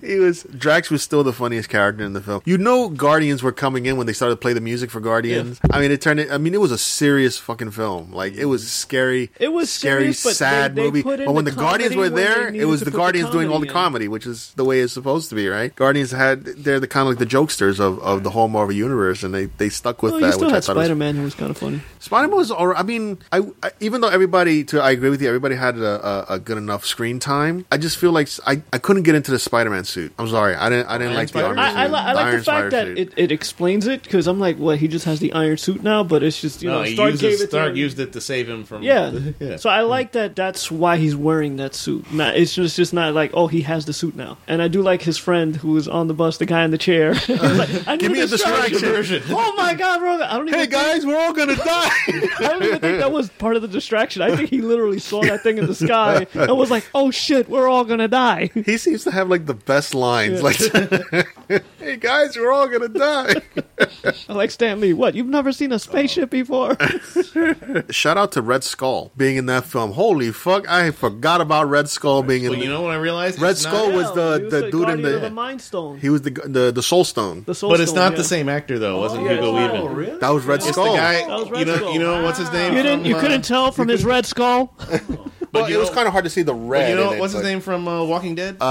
S1: He was Drax was still the funniest character in the film. You know, Guardians were coming in when they started to play the music for Guardians. I mean, it turned. It, I mean, it was a serious fucking film. Like it was scary.
S2: It was
S1: scary,
S2: serious, but
S1: sad
S2: they- they
S1: movie.
S2: put in
S1: But when
S2: the
S1: the Guardians were
S2: comedy when they
S1: there, it
S2: needed
S1: was
S2: to
S1: the
S2: put the
S1: Guardians doing all the
S2: comedy in.
S1: comedy, which is the way it's supposed to be, right? Guardians had they're the kind of like the jokesters of, of the whole Marvel universe, and they they stuck with
S2: Well,
S1: that.
S2: you still
S1: which I
S2: had
S1: thought was
S2: Spider Man, who was kind of funny.
S1: Spider Man was all right. I mean, I, I even though everybody, to I agree with you, everybody had a, a, a good enough screen time. I just feel like s- I, I couldn't get into the Spider Man suit. I'm sorry, I didn't I didn't
S3: Iron
S1: like the
S3: Spider?
S1: armor
S2: I, I,
S1: suit.
S2: li- I like
S1: Iron
S2: the fact
S1: Spider
S2: that
S1: suit.
S2: it, it explains it because I'm like, what? He just has the iron suit now, but it's just you
S3: No,
S2: know,
S3: he
S2: Stark gave
S3: uses,
S2: it to
S3: Stark
S2: him.
S3: used it to save him from.
S2: Yeah.
S3: yeah.
S2: So I like that. That's why he's wearing that suit. Not, it's just it's just not like oh he has the suit now. And I do like his friend who was on the bus, the guy in the chair. He's like, I
S1: Give
S2: need
S1: me a
S3: distraction.
S2: Oh my god, bro! I don't even.
S1: Hey
S2: think-
S1: guys, we're all gonna die.
S2: I don't even think that was part of the distraction. I think he literally saw that thing in the sky and was like, "Oh shit, we're all gonna die."
S1: he seems to have like the best lines. Like, hey guys, we're all gonna die.
S2: I'm like Stanley, what? You've never seen a spaceship before?
S1: Shout out to Red Skull being in that film. Holy fuck, I forgot about Red Skull being in.
S3: Well, you
S1: the-
S3: know what I realized?
S1: Red
S3: It's not-
S1: Skull was the-
S2: He
S1: the dude in
S2: guardian
S1: the-
S2: of the Mind Stone.
S1: he was the the the Soul Stone.
S2: the Soul
S3: but it's
S2: Stone,
S3: not
S2: yeah. Oh,
S3: the same actor though. It wasn't
S2: yeah,
S3: Hugo
S2: it's
S3: Weaving?
S4: Oh,
S2: not.
S5: really?
S1: That was Red
S3: It's
S1: Skull.
S3: the guy.
S2: That was Red
S3: you know,
S2: Skull.
S3: you know what's his name?
S2: You didn't. You
S3: from, uh,
S2: couldn't tell from his red skull.
S1: Well,
S3: you
S1: it was
S3: know-
S1: kind of hard to see the red.
S3: You know
S1: in it,
S3: what's his
S1: but-
S3: name from uh, Walking Dead?
S1: Uh,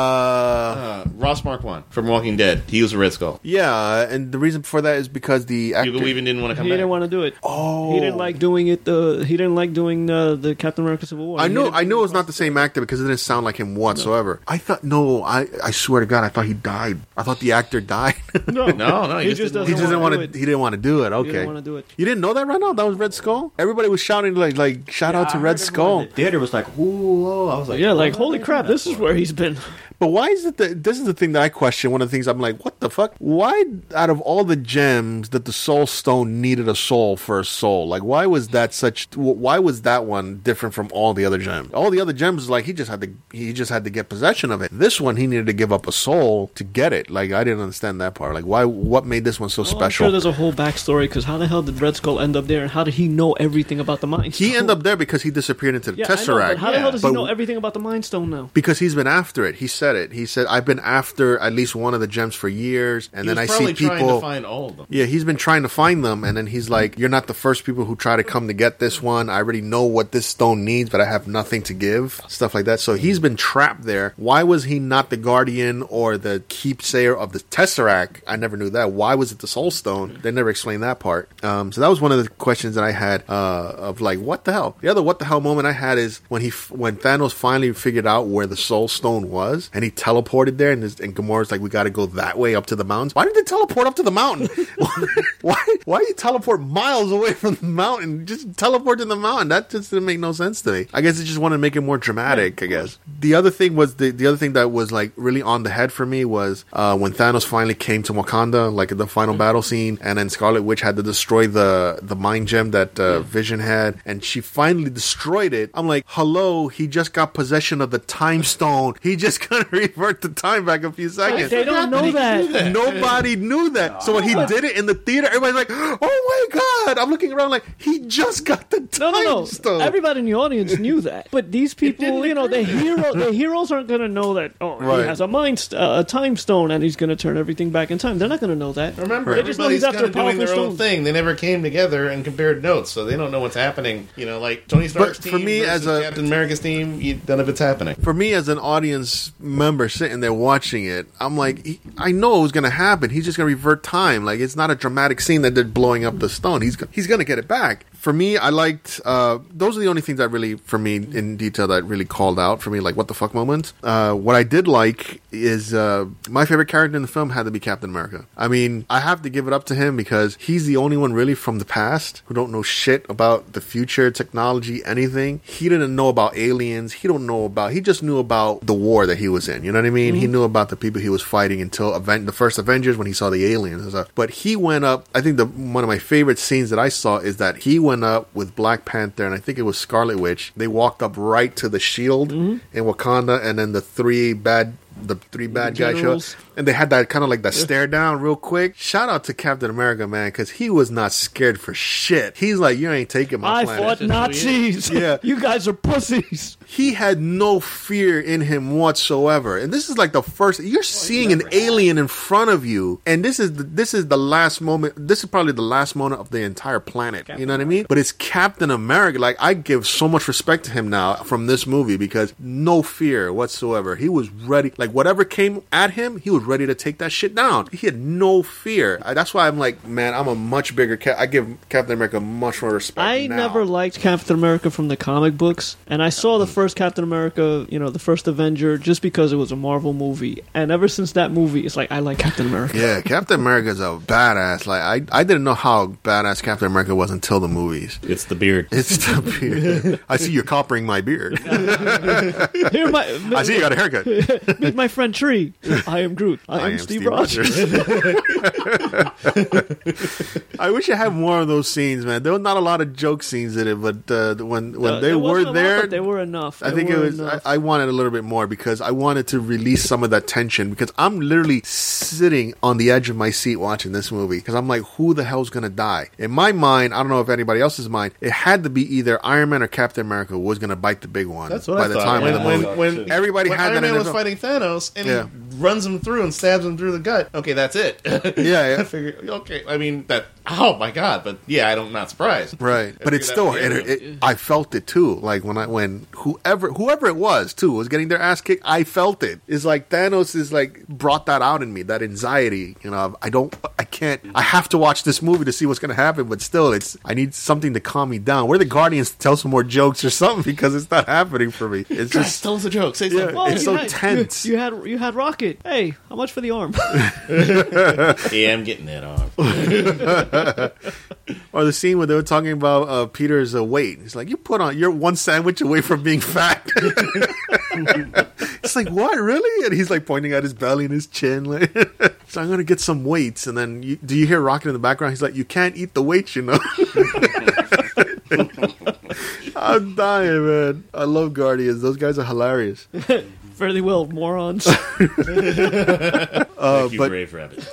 S3: Uh, Ross Marquand from Walking Dead. He was a Red Skull.
S1: Yeah, and the reason for that is because the actor.
S3: Hugo Weaving didn't want to come
S2: He
S3: back.
S2: didn't want to do it.
S1: oh,
S2: He didn't like doing it. The he didn't like doing uh, the Captain America Civil War.
S1: I
S2: He
S1: know.
S2: didn't-
S1: I know it's not the same actor because it didn't sound like him whatsoever. I thought no. I I swear to God, I thought he died. I thought the actor died. he
S2: No,
S3: No, no, he just didn't
S1: just didn't want to.
S2: wanna do
S1: He didn't want to do it. Okay.
S2: didn't wanna do it.
S1: You didn't know that right now. That was Red Skull. Everybody was shouting like like shout out to
S4: I
S1: Red
S4: heard everyone
S1: Skull.
S4: in The theater was like, "Ooh, whoa." I was like,
S2: Yeah, like
S4: "Oh,
S2: holy crap! This is where he's been.
S1: But why is it that this is the thing that I question? One of the things I'm like, what the fuck? Why, out of all the gems that the Soul Stone needed a soul for a soul, like why was that such? wh- Why was that one different from all the other gems? All the other gems, like he just had to, he just had to get possession of it. This one, he needed to give up a soul to get it. Like I didn't understand that part. Like why? What made this one so
S2: Well, I'm
S1: special?
S2: sure there's a whole backstory because how the hell did Red Skull end up there, and how did he know everything about the mind?
S1: he
S2: Stone?
S1: ended up there because he disappeared into the
S2: yeah, I know, but
S1: Tesseract.
S2: how the hell does he
S1: But
S2: know everything about the Mind Stone now?
S1: because he's been after it. He said it. He said, "I've been after at least one of the gems for years, and
S3: He
S1: then I
S3: was
S1: see
S3: probably trying
S1: people."
S3: to find all of them.
S1: yeah, he's been trying to find them, and then he's like, "You're not the first people who try to come to get this one. I already know what this stone needs, but I have nothing to give." Stuff like that. So he's been trapped there. Why was he not the guardian or the keepsayer of the tesseract? I never knew that. Why was it the soul stone? They never explained that part. Um, so that was one of the questions that I had uh, of like, what the hell? The other what the hell moment I had is when he f- when Thanos finally figured out where the soul stone was, and he teleported there, and, this, and Gamora's like, "We got to go that way up to the mountains." Why did they teleport up to the mountain? why why you teleport miles away from the mountain? Just teleport to the mountain. That just didn't make no sense to me. I guess it just wanted to make it more dramatic. I guess the other thing was the the other thing that was like really on the head for me was uh, when Thanos finally came to Wakanda, like in the final battle scene, and then Scarlet Witch had to destroy the the mind gem that uh, Vision had, and she finally destroyed it. I'm like, hello, he just got possession of the time stone. He just gonna revert the time back a few seconds.
S2: They don't know that. Ah.
S1: Nobody knew that. So when he did it in the theater, everybody's like, "Oh my god!" I'm looking around like he just got the
S2: No,
S1: time
S2: no, no.
S1: stone.
S2: Everybody in the audience knew that, but these people, you know, the hero, the heroes aren't going to know that. Oh,
S1: Right.
S2: he has a mind, st- uh, a time stone, and he's going to turn everything back in time. They're not going to know that.
S3: Remember,
S2: they just know
S3: everybody's
S2: he's
S3: kind
S2: after
S3: of doing
S2: powerful
S3: their own
S2: stones.
S3: thing. They never came together and compared notes, so they don't know what's happening. You know, like Tony Stark's
S1: for
S3: team
S1: me, as
S3: versus
S1: a-
S3: Captain America's team, you, none of it's happening.
S1: For me, as an audience member sitting there watching it, I'm like, he, I know it was gonna happen. He's just gonna revert time. Like it's not a dramatic scene that they're blowing up the stone. He's go- he's gonna get it back. For me, I liked. Uh, those are the only things that really, for me, in detail, that really called out for me. Like what the fuck moments. Uh, what I did like is uh, my favorite character in the film had to be Captain America. I mean, I have to give it up to him because he's the only one really from the past who don't know shit about the future, technology, anything. He didn't know about aliens. He don't know about. He just knew about the war that he was in. You know what I mean? He knew about the people he was fighting until event the first Avengers when he saw the aliens and stuff. But he went up. I think the one of my favorite scenes that I saw is that he went up with Black Panther and I think it was Scarlet Witch. They walked up right to the shield in Wakanda, and then the three bad the three bad
S2: The
S1: guys show,
S2: generals.
S1: and they had that kind of like that stare down real quick. Shout out to Captain America, man, because he was not scared for shit. He's like, you ain't taking my
S2: I
S1: planet.
S2: fought
S3: That's just who he
S2: Nazis.
S1: Yeah.
S2: you guys are pussies.
S1: he had no fear in him whatsoever and this is like the first you're seeing an alien in front of you and this is the, this is the last moment this is probably the last moment of the entire planet you know what i mean but it's captain america like i give so much respect to him now from this movie because no fear whatsoever he was ready like whatever came at him he was ready to take that shit down he had no fear I, that's why i'm like man i'm a much bigger cap i give captain america much more respect
S2: I
S1: now.
S2: never liked Captain America from the comic books, and I saw the first Captain America, you know, the first Avenger, just because it was a Marvel movie. And ever since that movie, it's like I like Captain America.
S1: Yeah, Captain America's a badass. Like I, I didn't know how badass Captain America was until the movies.
S3: It's the beard.
S1: It's the beard. I see you're coppering my beard.
S2: Here, my
S1: I see you got a haircut.
S2: meet my friend Tree. I am Groot. I, am, Steve, Rogers.
S1: I wish I had more of those scenes, man. There were not a lot of joke scenes in it, but uh, when when
S2: Uh,
S1: they
S2: there
S1: were
S2: wasn't a lot,
S1: there,
S2: but they were enough.
S1: I
S2: They
S1: think it
S2: were
S1: was. uh, I,
S2: enough.
S1: I wanted a little bit more because I wanted to release some of that tension because I'm literally sitting on the edge of my seat watching this movie because I'm like, who the hell's gonna die? In my mind, I don't know if anybody else's mind, it had to be either Iron Man or Captain America was gonna bite the big one.
S3: That's what
S1: by
S3: I
S1: the
S3: thought.
S1: time
S3: when,
S1: of the
S3: when,
S1: movie.
S3: when,
S1: Everybody
S3: when
S1: had
S3: Iron
S1: that in
S3: Man
S1: his
S3: was
S1: own-
S3: fighting Thanos, and
S1: Yeah.
S3: he runs him through and stabs him through the gut. Okay, that's it.
S1: Yeah, yeah.
S3: I figure. Okay, I mean that. Oh my god! But yeah, I don't. Not surprised.
S1: Right,
S3: I
S1: but it's
S3: figured that
S1: still
S3: was
S1: it,
S3: the
S1: it,
S3: end of
S1: I felt it too. Like when I when whoever whoever it was too was getting their ass kicked, I felt it. It's like Thanos is like brought that out in me, that anxiety. You know, I don't, I can't, I have to watch this movie to see what's gonna happen. But still, it's I need something to calm me down. Where the Guardians to tell some more jokes or something because it's not happening for me. It's
S3: God,
S1: just
S3: tell us a joke. Say
S1: Yeah.
S3: something.
S1: Well, it's
S2: you
S1: so
S2: had-
S1: tense.
S2: You, you had you had Rocket. Hey, how much for the arm?
S3: Yeah, I'm getting that arm.
S1: or the scene where they were talking about uh, Peter's uh, weight. It's like you put on you're one sandwich away from being fat. it's like what really? And he's like pointing at his belly and his chin. Like, so I'm gonna get some weights, and then you, do you hear Rocket in the background? He's like, you can't eat the weights, you know. I'm dying, man. I love Guardians. Those guys are hilarious.
S2: Fairly well, morons.
S3: Thank you,
S1: Uh, but-
S3: Brave Rabbit.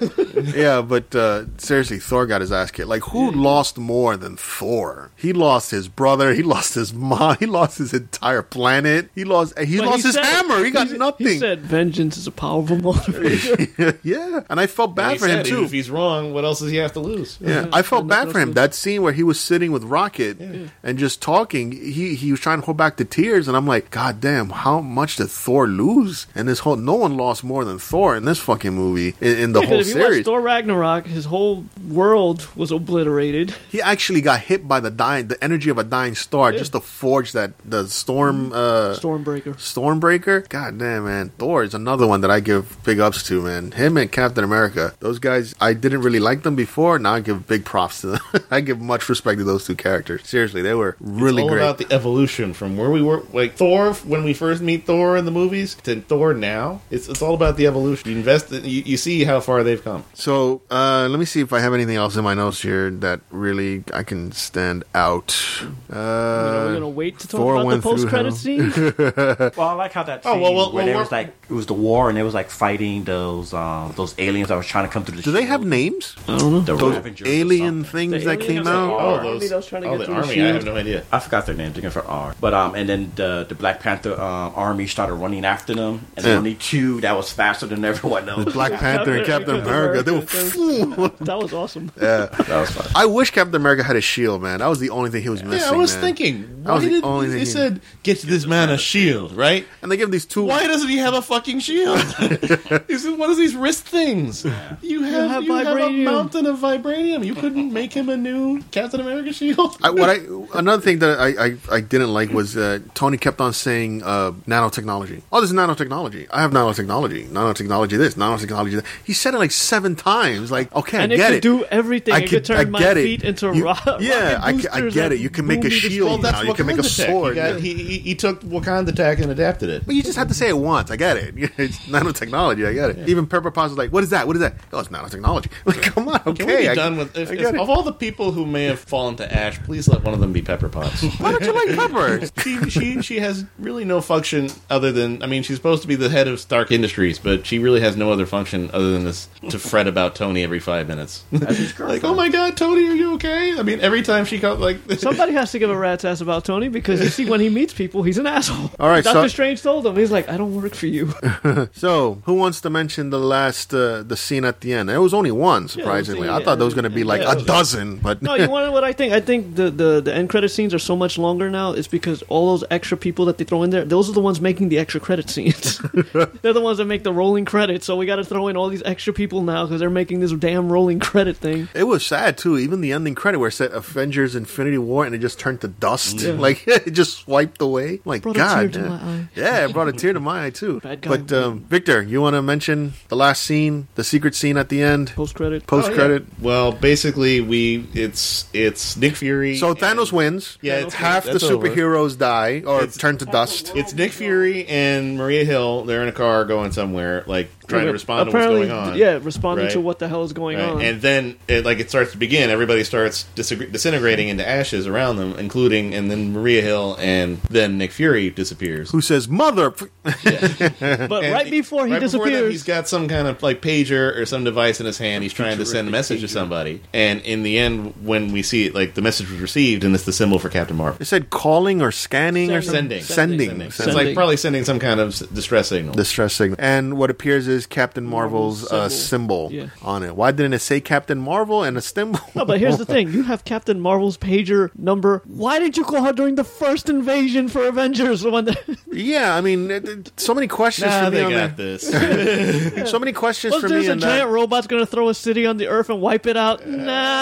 S1: yeah, but uh, seriously, Thor got his ass kicked. Like, who lost more than Thor? He lost his brother. He lost his mom. He lost his entire planet. He lost. He
S2: But
S1: lost his
S2: said-
S1: hammer. He got nothing.
S2: He said, "Vengeance is a powerful motivator."
S1: yeah, and I felt bad
S3: He
S1: for him
S3: said,
S1: too.
S3: If he's wrong, what else does he have to lose?
S1: Yeah, I felt
S2: And
S1: bad
S2: that
S1: for him.
S2: was-
S1: That scene where he was sitting with Rocket and just talking, he he was trying to hold back the tears, and I'm like, God damn, how much did Thor lose? And this whole no one lost more than Thor in this fucking movie in, in the
S2: Because
S1: whole
S2: if you watch
S1: series.
S2: Thor Ragnarok, his whole world was obliterated.
S1: He actually got hit by the dying, the energy of a dying star, just to forge that the storm,
S2: Mm-hmm.
S1: uh,
S2: Stormbreaker.
S1: Stormbreaker. God damn, man, Thor is another one that I give big ups to, man. Him and Captain America, those guys. I didn't really like them before. Now I give big props to them. I give much respect to those two characters. Seriously, they were really
S3: all
S1: great.
S3: about the evolution from where we were, like Thor when we first meet Thor in the movies to Thor now. It's it's all about the evolution. You invest, in, you, you see how far they've come.
S1: so uh, let me see if I have anything else in my notes here that really I can stand out.
S2: you know, we're
S1: Uh,
S2: gonna wait to talk
S1: Thor
S2: about the
S1: went through
S2: post-credit
S1: hell.
S2: scene.
S4: Well, I like how that.
S3: Oh,
S4: Scene
S3: well, well,
S4: where
S3: well,
S4: there
S3: we're-
S4: was like it was the war, and it was like fighting those um, those aliens that was trying to come through the.
S1: do they
S4: shield.
S1: have names?
S2: I don't know.
S4: the
S1: Those
S4: Ravengers Oh, or
S1: alien
S4: something.
S1: things
S2: The
S1: that
S2: aliens
S1: came
S2: that
S1: out.
S2: are-
S3: Oh,
S2: Army
S3: those,
S2: that was trying to
S3: oh
S2: get
S3: the
S2: through the
S3: army. I have
S2: shield.
S3: no idea.
S4: I forgot their names. They're for R. But um, and then the the Black Panther um, army started running after them, and
S1: Yeah.
S4: the only two that was faster than everyone else.
S1: Black Panther and Captain America. They were.
S2: That was awesome.
S4: that was fun.
S1: I wish Captain America had a shield, man. That was the only thing he was missing.
S3: Yeah, I was
S1: man.
S3: thinking.
S1: That
S3: Why
S1: was the
S3: did
S1: only thing
S3: they
S1: he-
S3: said get to this man a shield, right?
S1: And they give him these two.
S3: Why doesn't he have a fucking shield? He's in one of these wrist things. You have,
S2: have
S3: you have, a
S2: vibranium.
S3: mountain of vibranium. You couldn't make him a new Captain America shield.
S1: I, what I another thing that I, I, I didn't like was uh, Tony kept on saying uh, nanotechnology. Oh, this is nanotechnology. I have nanotechnology. Nanotechnology. This nanotechnology. That. He said it like seven times. Like, okay,
S2: and
S1: I
S2: it
S1: get
S2: could
S1: it.
S2: do everything.
S1: I
S2: it could
S1: could-
S2: turn
S1: I
S2: my
S1: get it.
S2: feet into
S1: You-
S2: rock.
S1: yeah, I
S2: rocket
S1: ca- I
S2: boosters
S1: get it.
S2: and
S1: You can make a
S2: boom me to
S1: shield.
S2: space.
S1: Well, that's
S3: Wakanda
S1: you can make a
S3: Tech.
S1: sword,
S3: He, got-
S1: yeah.
S3: he, he, he took Wakanda tech and adapted it.
S1: But you just had to say it once. I get it. It's nanotechnology. I get it. Even Pepper Potts was like, "What is that? What is that?" Oh, it's nanotechnology. Like, come on. Okay,
S3: Can we be
S1: I,
S3: done with? If,
S1: I
S3: if-
S1: get it.
S3: of all the people who may have fallen to ash, please let one of them be Pepper Potts.
S1: Why don't you like Pepper?
S3: she, she she has really no function other than I mean, she's supposed to be the head of Stark Industries, but she really has no other function other than this to fret about Tony every five minutes. like, oh my god, Tony, are you okay? I mean, every time she comes, like,
S2: Somebody has to give a rat's ass about Tony because you see, when he meets people, he's an asshole.
S1: All right,
S2: Doctor
S1: so-
S2: Strange told him he's like, "I don't work for you."
S1: So, who wants to mention the last uh, the scene at the end? There was only one, surprisingly. I thought there was going to be like
S2: Yeah,
S1: a
S2: it was-
S1: dozen, but
S2: no, you want to know what I think? I think the, the the end credit scenes are so much longer now. It's because all those extra people that they throw in there, those are the ones making the extra credit scenes. they're the ones that make the rolling credits. So we got to throw in all these extra people now because they're making this damn rolling credit thing.
S1: it was sad too. Even the ending credit where it said Avengers: Infinity War, and it just turned to dust. Like it just swiped away. Like
S2: Brought a tear
S1: God,
S2: to
S1: yeah.
S2: my eye.
S1: yeah, it brought a tear to my eye too.
S2: Bad guy
S1: But um, Victor, you want to mention the last scene, the secret scene at the end,
S2: Post credit.
S1: post credit.
S3: Oh, Well, basically, we it's it's Nick Fury.
S1: So Thanos
S3: and-
S1: wins.
S3: Yeah, it's-
S1: half the
S3: that's over.
S1: superheroes die or
S3: It's-
S1: turn to dust.
S3: It's Nick Fury and Maria Hill. They're in a car going somewhere, like trying to respond to what's
S2: Apparently,
S3: going on.
S2: Yeah, responding
S3: Right.
S2: to what the hell is going
S3: Right,
S2: on.
S3: And then, it, like, it starts to begin. Everybody starts disagre- disintegrating into ashes around them, including, and then Maria Hill, and then Nick Fury disappears.
S1: Who says mother? f-
S2: but
S3: And
S2: right before he
S3: right
S2: disappears,
S3: that, he's got some kind of like pager or some device in his hand. He's trying to send a message to somebody. And in the end, when we see it, like the message was received, and it's the symbol for Captain Marvel.
S1: It said calling or scanning or
S3: Sending.
S1: something.
S3: Sending.
S1: Sending.
S3: So it's like probably sending some kind of s- distress signal.
S1: distress signal. And what appears is Captain Marvel's uh, symbol
S2: Yeah.
S1: on it. Why didn't it say Captain Marvel and a symbol?
S2: No, but here's the thing: you have Captain Marvel's pager number. Why did you call her during the first invasion for Avengers? When the,
S1: yeah, I mean, it- it- so many questions
S3: Nah,
S1: for me
S3: they
S1: on that.
S3: got this.
S1: So many questions
S2: was
S1: for
S2: there's
S1: me uh,
S2: a
S1: on that.
S2: giant robot's gonna throw a city on the Earth and wipe it out?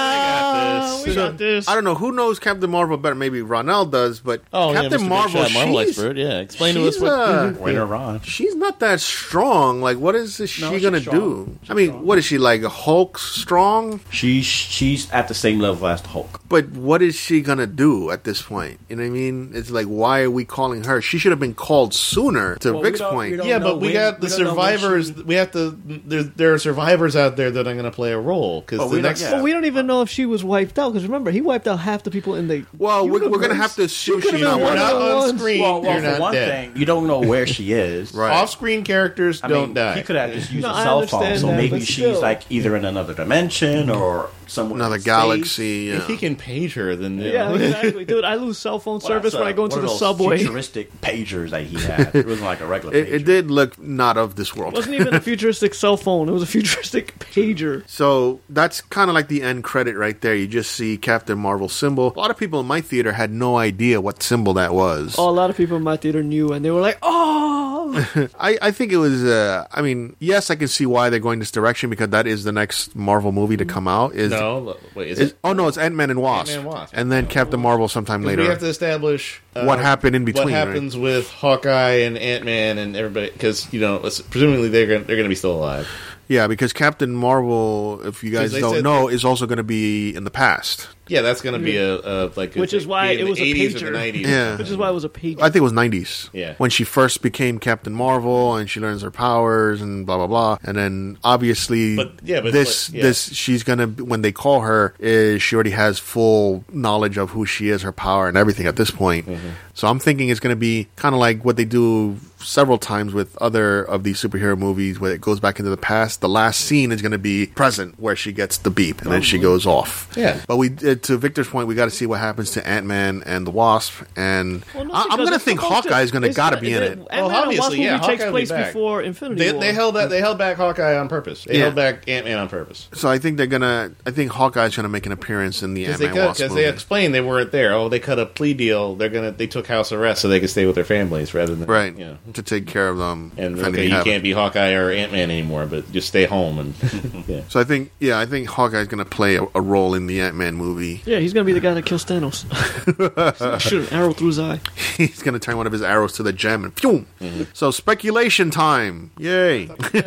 S2: nah,
S3: this.
S2: we
S1: So,
S2: got this.
S1: I don't know who knows Captain Marvel better. Maybe Ronell does, but
S5: Oh, yeah,
S1: Captain
S5: Mr. Big
S1: Marvel,
S5: Shot, Marvel
S1: she's,
S5: expert. Yeah, explain to
S1: she's,
S5: us what.
S1: uh,
S4: Winner on.
S1: she's not that strong. Like, what is she
S4: she's
S1: gonna
S4: strong.
S1: do?
S4: She's
S1: I mean,
S4: strong.
S1: what is she like? Hulk strong?
S4: She's she's at the same level as the Hulk.
S1: But what is she gonna do at this point? You know what I mean? It's like, why are we calling her? She should have been called sooner. To Vic's point,
S3: Yeah, but we got the survivors. We have to. There, there are survivors out there that are going to play a role because
S4: Oh,
S3: the
S4: we don't-
S3: next.
S4: yeah.
S2: Well, we don't even know if she was wiped out because remember he wiped out half the people in the.
S1: Well, we're, we're gonna
S2: universe.
S1: have to assume
S2: could've
S1: she's
S2: been
S1: not
S2: one
S3: You're
S1: one of
S2: of
S3: not
S2: the
S3: on
S2: ones-
S3: screen.
S4: Well, well,
S3: you're
S4: for
S3: not
S4: one
S3: dead.
S4: thing, you don't know where she is.
S1: Right.
S3: Off-screen characters
S4: I
S3: don't
S4: mean,
S3: die.
S4: He could have just used
S2: No,
S4: a
S2: I
S4: cell phone,
S2: understand
S4: so
S2: that,
S4: maybe
S2: but
S4: she's
S2: still.
S4: like either in another dimension or somewhere.
S1: another
S4: in space.
S1: galaxy.
S3: If he
S1: Yeah.
S3: can page her, then
S2: Yeah, exactly, dude. I lose cell phone service when I go into the subway.
S4: Futuristic pagers that he had. It wasn't like a regular.
S1: It,
S4: pager.
S1: it did look not of this world.
S2: wasn't even a futuristic cell phone; it was a futuristic pager.
S1: So that's kind of like the end credit right there. You just see Captain Marvel's symbol. A lot of people in my theater had no idea what symbol that was.
S2: Oh, a lot of people in my theater knew, and they were like, "Oh,
S1: I, I think it was. Uh, I mean, yes, I can see why they're going this direction because that is the next Marvel movie to come out. Is
S3: No, wait, is
S1: Is,
S3: it?
S1: oh no, it's Ant Man and Wasp,
S3: Ant-Man and Wasp.
S1: and then Captain Marvel sometime
S3: We
S1: later.
S3: have to establish uh,
S1: What happened in between,
S3: What
S1: right?
S3: happens with Hawkeye and Ant Man and everybody? Because you know, it's- presumably they're gonna, they're going to be still alive.
S1: yeah, because Captain Marvel, if you guys
S3: 'Cause they
S1: don't
S3: said-
S1: know, is also going to be in the past.
S3: Yeah, that's going to be a, a like,
S2: Which is why
S3: be in
S2: it
S3: the
S2: was a
S3: 80s or
S2: pager.
S3: the 90s.
S1: Yeah.
S2: Which is why it was a page.
S1: I think it was nineties.
S3: Yeah.
S1: When she first became Captain Marvel and she learns her powers and blah blah blah. And then obviously
S3: But- yeah, but-
S1: this
S3: but- yeah.
S1: this she's gonna when they call her is she already has full knowledge of who she is, her power and everything at this point.
S3: Mm-hmm.
S1: So I'm thinking it's gonna be kinda like what they do several times with other of these superhero movies where it goes back into the past. The last scene is gonna be present where she gets the beep and then she goes off.
S3: Mm-hmm. Yeah.
S1: But we uh, to Victor's point, we gotta see what happens to Ant Man and the Wasp and
S2: Well, no,
S1: I, I'm
S2: because
S1: gonna
S2: it's
S1: think
S2: supposed
S1: Hawkeye's gonna
S2: it's
S1: gotta
S2: not-
S1: be in
S2: the-
S1: it.
S2: Ant-Man and
S3: obviously,
S2: Wasp movie
S3: yeah,
S2: takes
S3: Hawkeye will be
S2: place
S3: back.
S2: before Infinity
S3: They,
S2: War.
S3: they held that they held back Hawkeye on purpose. They
S1: Yeah.
S3: held back Ant Man on purpose.
S1: So I think they're gonna. I think Hawkeye's gonna make an appearance in the Ant
S3: Because they,
S1: Man
S3: cut-
S1: Wasp
S3: 'cause
S1: movie.
S3: they explained they weren't there. Oh, they cut a plea deal. They're gonna they took house arrest so they could stay with their families rather than
S1: right
S3: You know.
S1: to take care of them.
S3: And
S1: if anything
S3: okay, you
S1: happens.
S3: can't be Hawkeye or Ant Man anymore, but just stay home and yeah.
S1: So I think, yeah, I think Hawkeye's gonna play a, a role in the Ant Man movie.
S2: Yeah, he's gonna be the guy that kills Thanos. He's gonna shoot an arrow through his eye.
S1: He's gonna turn one of his arrows to the gem and phew.
S3: Mm-hmm.
S1: So speculation time! Yay!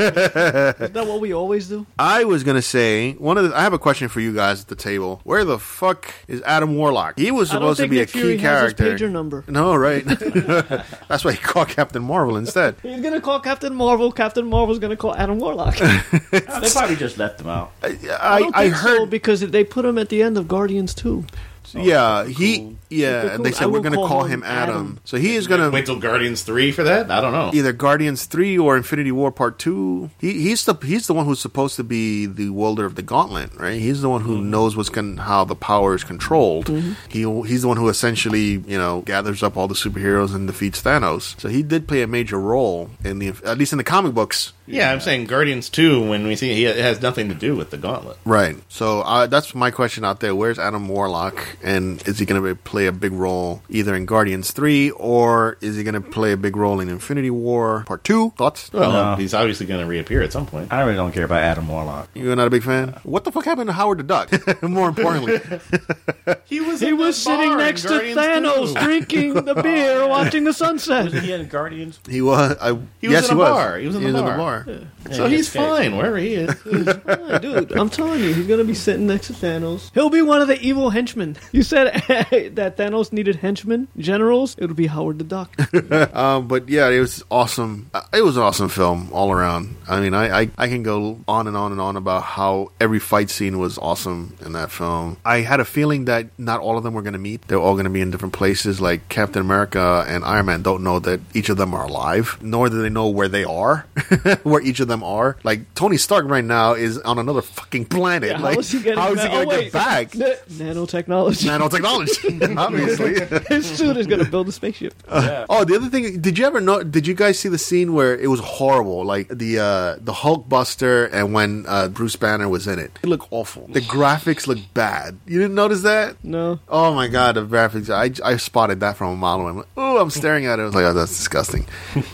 S2: Is that what we always do?
S1: I was gonna say one of the. I have a question for you guys at the table. Where the fuck is Adam Warlock? He was
S2: I don't
S1: supposed to
S2: think
S1: be
S2: Nick
S1: a key
S2: Fury has
S1: character.
S2: his pager number.
S1: No, right? That's why he called Captain Marvel instead.
S2: He's gonna call Captain Marvel. Captain Marvel's gonna call Adam Warlock.
S4: Uh, they probably just left them out.
S1: I,
S2: don't
S1: I
S2: think so,
S1: heard
S2: because they put him at the end of Guardians 2.
S4: So
S1: yeah, he
S2: Super
S1: yeah, and they
S2: cool.
S1: said
S2: I
S1: we're
S2: will
S1: gonna call,
S2: call
S1: him
S2: him
S1: Adam.
S2: Adam.
S1: So he is gonna
S3: Wait till Guardians three for that. I don't know.
S1: either Guardians three or Infinity War Part two. He he's the he's the one who's supposed to be the wielder of the gauntlet, right? He's the one who
S2: Mm-hmm.
S1: knows what's con- how the power is controlled. He he's the one who essentially you know gathers up all the superheroes and defeats Thanos. So he did play a major role in the at least in the comic books.
S3: Yeah, I'm saying Guardians two. When we see it, it has nothing to do with the Gauntlet.
S1: Right. So uh, that's my question out there. Where's Adam Warlock, and is he going to play a big role either in Guardians three or is he going to play a big role in Infinity War Part two? Thoughts?
S3: Well,
S4: No.
S3: he's obviously going to reappear at some point.
S4: I really don't care about Adam Warlock.
S1: You're not a big fan. What the fuck happened to Howard the Duck? More importantly,
S3: He was
S2: He was sitting next to Thanos, drinking the beer, watching the sunset.
S4: He and Guardians.
S1: he was. I,
S3: He was
S1: yes,
S3: in
S1: he
S3: a
S1: was.
S3: bar. He was in the bar. So
S4: Yeah, he
S3: he's
S4: escaped.
S3: fine wherever he is.
S2: Yeah, dude, I'm telling you, he's gonna be sitting next to Thanos. He'll be one of the evil henchmen. You said that Thanos needed henchmen, generals. It'll be Howard the Duck.
S1: Um, but yeah, it was awesome. Uh, It was an awesome film all around. I mean, I, I I can go on and on and on about how every fight scene was awesome in that film. I had a feeling that not all of them were going to meet. They're all going to be in different places. Like Captain America and Iron Man don't know that each of them are alive, nor do they know where they are, where each of them are. Like Tony Stark right now is on another fucking planet.
S2: Yeah,
S1: like
S2: how is he getting
S1: how is he
S2: back?
S1: going
S2: Oh,
S1: to
S2: wait.
S1: get back?
S2: Na- nanotechnology.
S1: Nanotechnology, obviously.
S2: His suit is gonna build a spaceship.
S1: Oh, the other thing, did you ever know? Did you guys see the scene where it was horrible, like the uh, the Hulk Buster and when uh, Bruce Banner was in it? It looked awful. The graphics looked bad. You didn't notice that?
S2: No.
S1: Oh my god, the graphics! I, I spotted that from a mile away. I'm like, oh, I'm staring at it. I was like, oh, that's disgusting.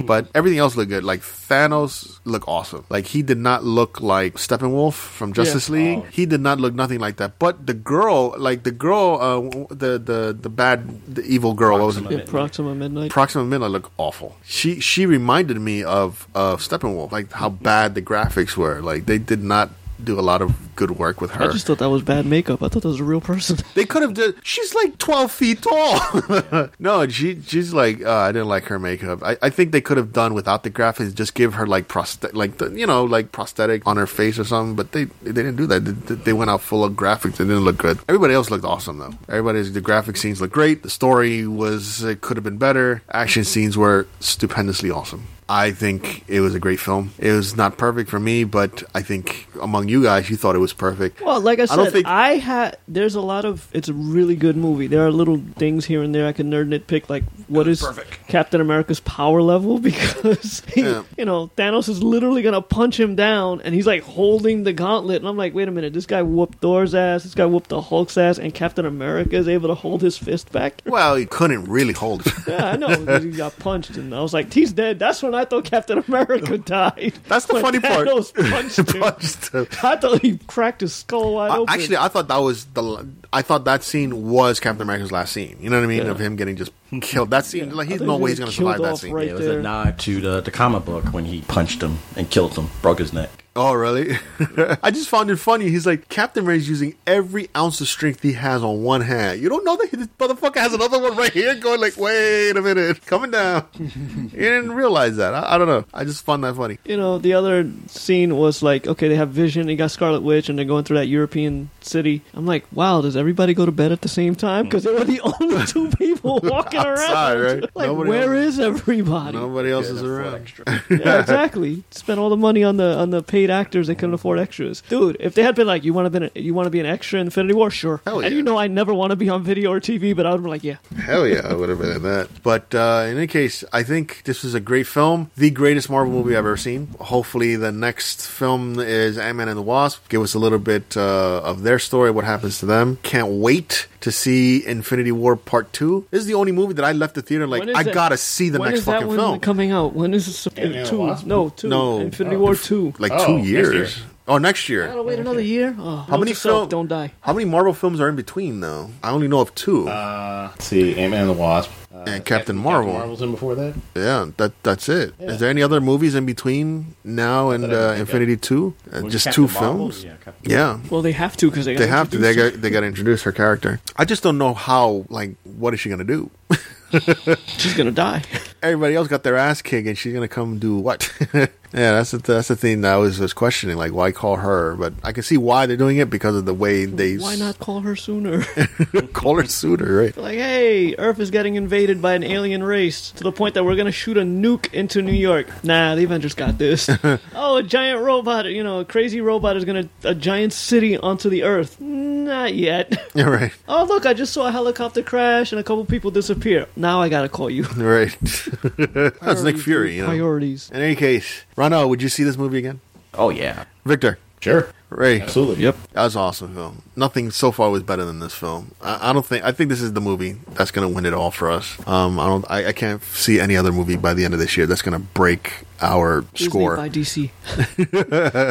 S1: but everything else looked good. Like Thanos looked awesome. Like he did not look like Steppenwolf from Justice
S2: Yeah. Oh.
S1: League. He did not look nothing like that. But the girl, like the girl, uh, w- the the the bad, the evil girl, what was it?
S4: Proxima.
S2: Yeah, Proxima Midnight.
S1: Proxima Midnight looked awful. She she reminded me of of Steppenwolf, like how bad the graphics were. Like they did not do a lot of good work with
S2: I
S1: her.
S2: just thought that was bad makeup. I thought that was a real person.
S1: They could have done. She's like twelve feet tall. no, she she's like uh, I didn't like her makeup. I, I think they could have done without the graphics. Just give her like prosthetic, like the, you know, like prosthetic on her face or something. But they they didn't do that. They, they went out full of graphics. It didn't look good. Everybody else looked awesome though. Everybody's the graphic scenes looked great. The story was it could have been better. Action scenes were stupendously awesome. I think it was a great film. It was not perfect for me, but I think among you guys, you thought it was perfect.
S2: Well, like I said, I,
S1: don't think-
S2: had. There's a lot of. It's a really good movie. There are little things here and there I can nerd nitpick, like what is Captain America's power level? Because he,
S1: Yeah.
S2: you know Thanos is literally gonna punch him down, and he's like holding the gauntlet, and I'm like, wait a minute, this guy whooped Thor's ass, this guy whooped the Hulk's ass, and Captain America is able to hold his fist back.
S1: Well, he couldn't really hold it.
S2: Yeah, I know. 'cause He got punched, and I was like, "He's dead." That's when I thought Captain America died.
S1: That's the
S2: When
S1: funny part.
S2: Thanos punched him.
S1: Punched him.
S2: I thought he cracked his skull wide
S1: I-
S2: open.
S1: actually, I thought that was the. l- I thought that scene was Captain America's last scene. You know what I mean?
S2: Yeah.
S1: Of him getting just killed. That scene, like,
S2: I
S1: he's
S2: thought
S1: no
S2: he was
S1: way he's gonna
S2: killed
S1: survive that
S2: off
S1: scene.
S2: right
S4: It was
S2: there.
S4: a nod to the, the comic book when he punched him and killed him, broke his neck.
S1: Oh, really? I just found it funny. He's like Captain America's using every ounce of strength he has on one hand. You don't know that he- this motherfucker has another one right here, going like, "Wait a minute, coming down." you didn't realize that. I, I don't know. I just found that funny.
S2: you know, the other scene was like, okay, they have Vision, they got Scarlet Witch, and they're going through that European city. I'm like, wow, does everybody go to bed at the same time? Because they were the only two people walking
S1: Outside,
S2: around.
S1: right?
S2: Like,
S1: Nobody
S2: where
S1: else-
S2: is everybody?
S1: Nobody else is around.
S2: Yeah, exactly. Spent all the money on the on the paid actors. They couldn't afford extras. Dude, if they had been like, you want to be an, you want to be an extra in Infinity War, sure.
S1: Hell
S2: And
S1: yeah.
S2: you know, I never want to be on video or TV, but I would be like, yeah,
S1: Hell yeah, I would have been in that. But uh, in any case, I think this is a great film, the greatest Marvel movie I've ever seen. Hopefully, the next film is Ant Man and the Wasp. Give us a little bit uh, of their story, what happens to them. Can't wait to see Infinity War Part Two. This is the only movie that I left the theater like
S2: When is
S1: I
S2: that-
S1: gotta see the
S2: when
S1: next
S2: is that
S1: fucking
S2: one
S1: film.
S2: coming out? When is this?
S3: Ant-Man and the
S2: two?
S3: Wasp?
S2: No, two.
S1: No.
S2: Infinity War two.
S1: Like
S3: Oh,
S1: two
S3: next
S1: years.
S3: year.
S1: Oh, next year.
S2: Gotta wait another year. Oh,
S1: How
S2: note
S1: many
S2: to self,
S1: film-
S2: Don't die.
S1: How many Marvel films are in between though? I only know of two.
S3: Uh, let's see, Ant Man and the Wasp, uh,
S1: and Captain Marvel.
S3: Marvel's in before that.
S1: Yeah, that that's it. Is there any other movies in between now and
S4: I
S1: uh,
S4: think of.
S1: Infinity Two? Uh,
S4: Was
S1: just
S4: Captain
S1: two
S4: Marvel?
S1: films.
S4: Yeah, Captain
S1: Yeah,
S2: Well, they have to because they,
S1: they have to. They
S2: introduce
S1: got they got to introduce her character. I just don't know how. Like, what is she gonna do?
S2: She's gonna die.
S1: Everybody else got their ass kicked, and she's gonna come do what? yeah, that's the that's the thing that I was, was questioning. Like, why call her? But I can see why they're doing it because of the way they
S2: Why not call her sooner?
S1: call her sooner, right?
S2: like, hey, Earth is getting invaded by an alien race to the point that we're gonna shoot a nuke into New York. Nah, the Avengers got this. oh, a giant robot, you know, a crazy robot is gonna a giant city onto the Earth. Not yet.
S1: Yeah, right,
S2: oh, look, I just saw a helicopter crash and a couple people disappear. Now I gotta call you.
S1: right. that's Nick Fury, you know.
S2: Priorities.
S1: In any case, Ronald, would you see this movie again?
S4: Oh yeah.
S1: Victor,
S3: Sure.
S1: Ray,
S3: Absolutely.
S4: Yep.
S1: that was an awesome film. Nothing so far was better than this film. I, I don't think. I think this is the movie that's going to win it all for us. Um, I don't. I, I can't see any other movie by the end of this year that's going to break our
S2: Disney
S1: score.
S2: by DC.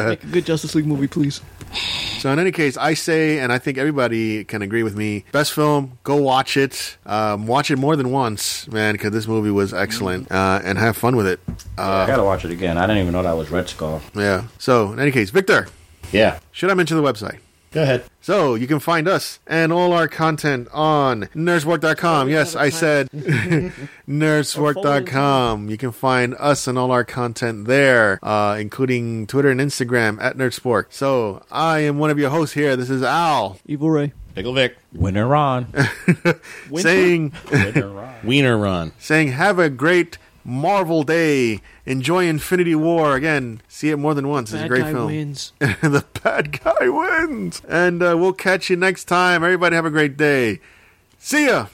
S2: Make a good Justice League movie, please.
S1: So in any case, I say, and I think everybody can agree with me. Best film, go watch it. Um, watch it more than once, man, because this movie was excellent, uh, and have fun with it.
S4: I gotta watch it again. I didn't even know that was Red Skull.
S1: Yeah. So in any case, Victor,
S3: Yeah.
S1: should I mention the website?
S3: Go ahead.
S1: So you can find us and all our content on nerdspork.com. Yes, I said nerdspork.com. You can find us and all our content there, uh, including Twitter and Instagram at nerdspork. So I am one of your hosts here. This is Al
S2: Evil Ray.
S3: Pickle Vic.
S4: Winner on.
S2: Winter?
S1: saying.
S4: Winner on.
S3: Wiener Ron.
S1: saying, Have a great Marvel day. Enjoy Infinity War. Again, see it more than once. it's a
S2: Bad
S1: great
S2: guy
S1: film.
S2: wins.
S1: the bad guy wins. And uh, we'll catch you next time. Everybody have a great day. See ya.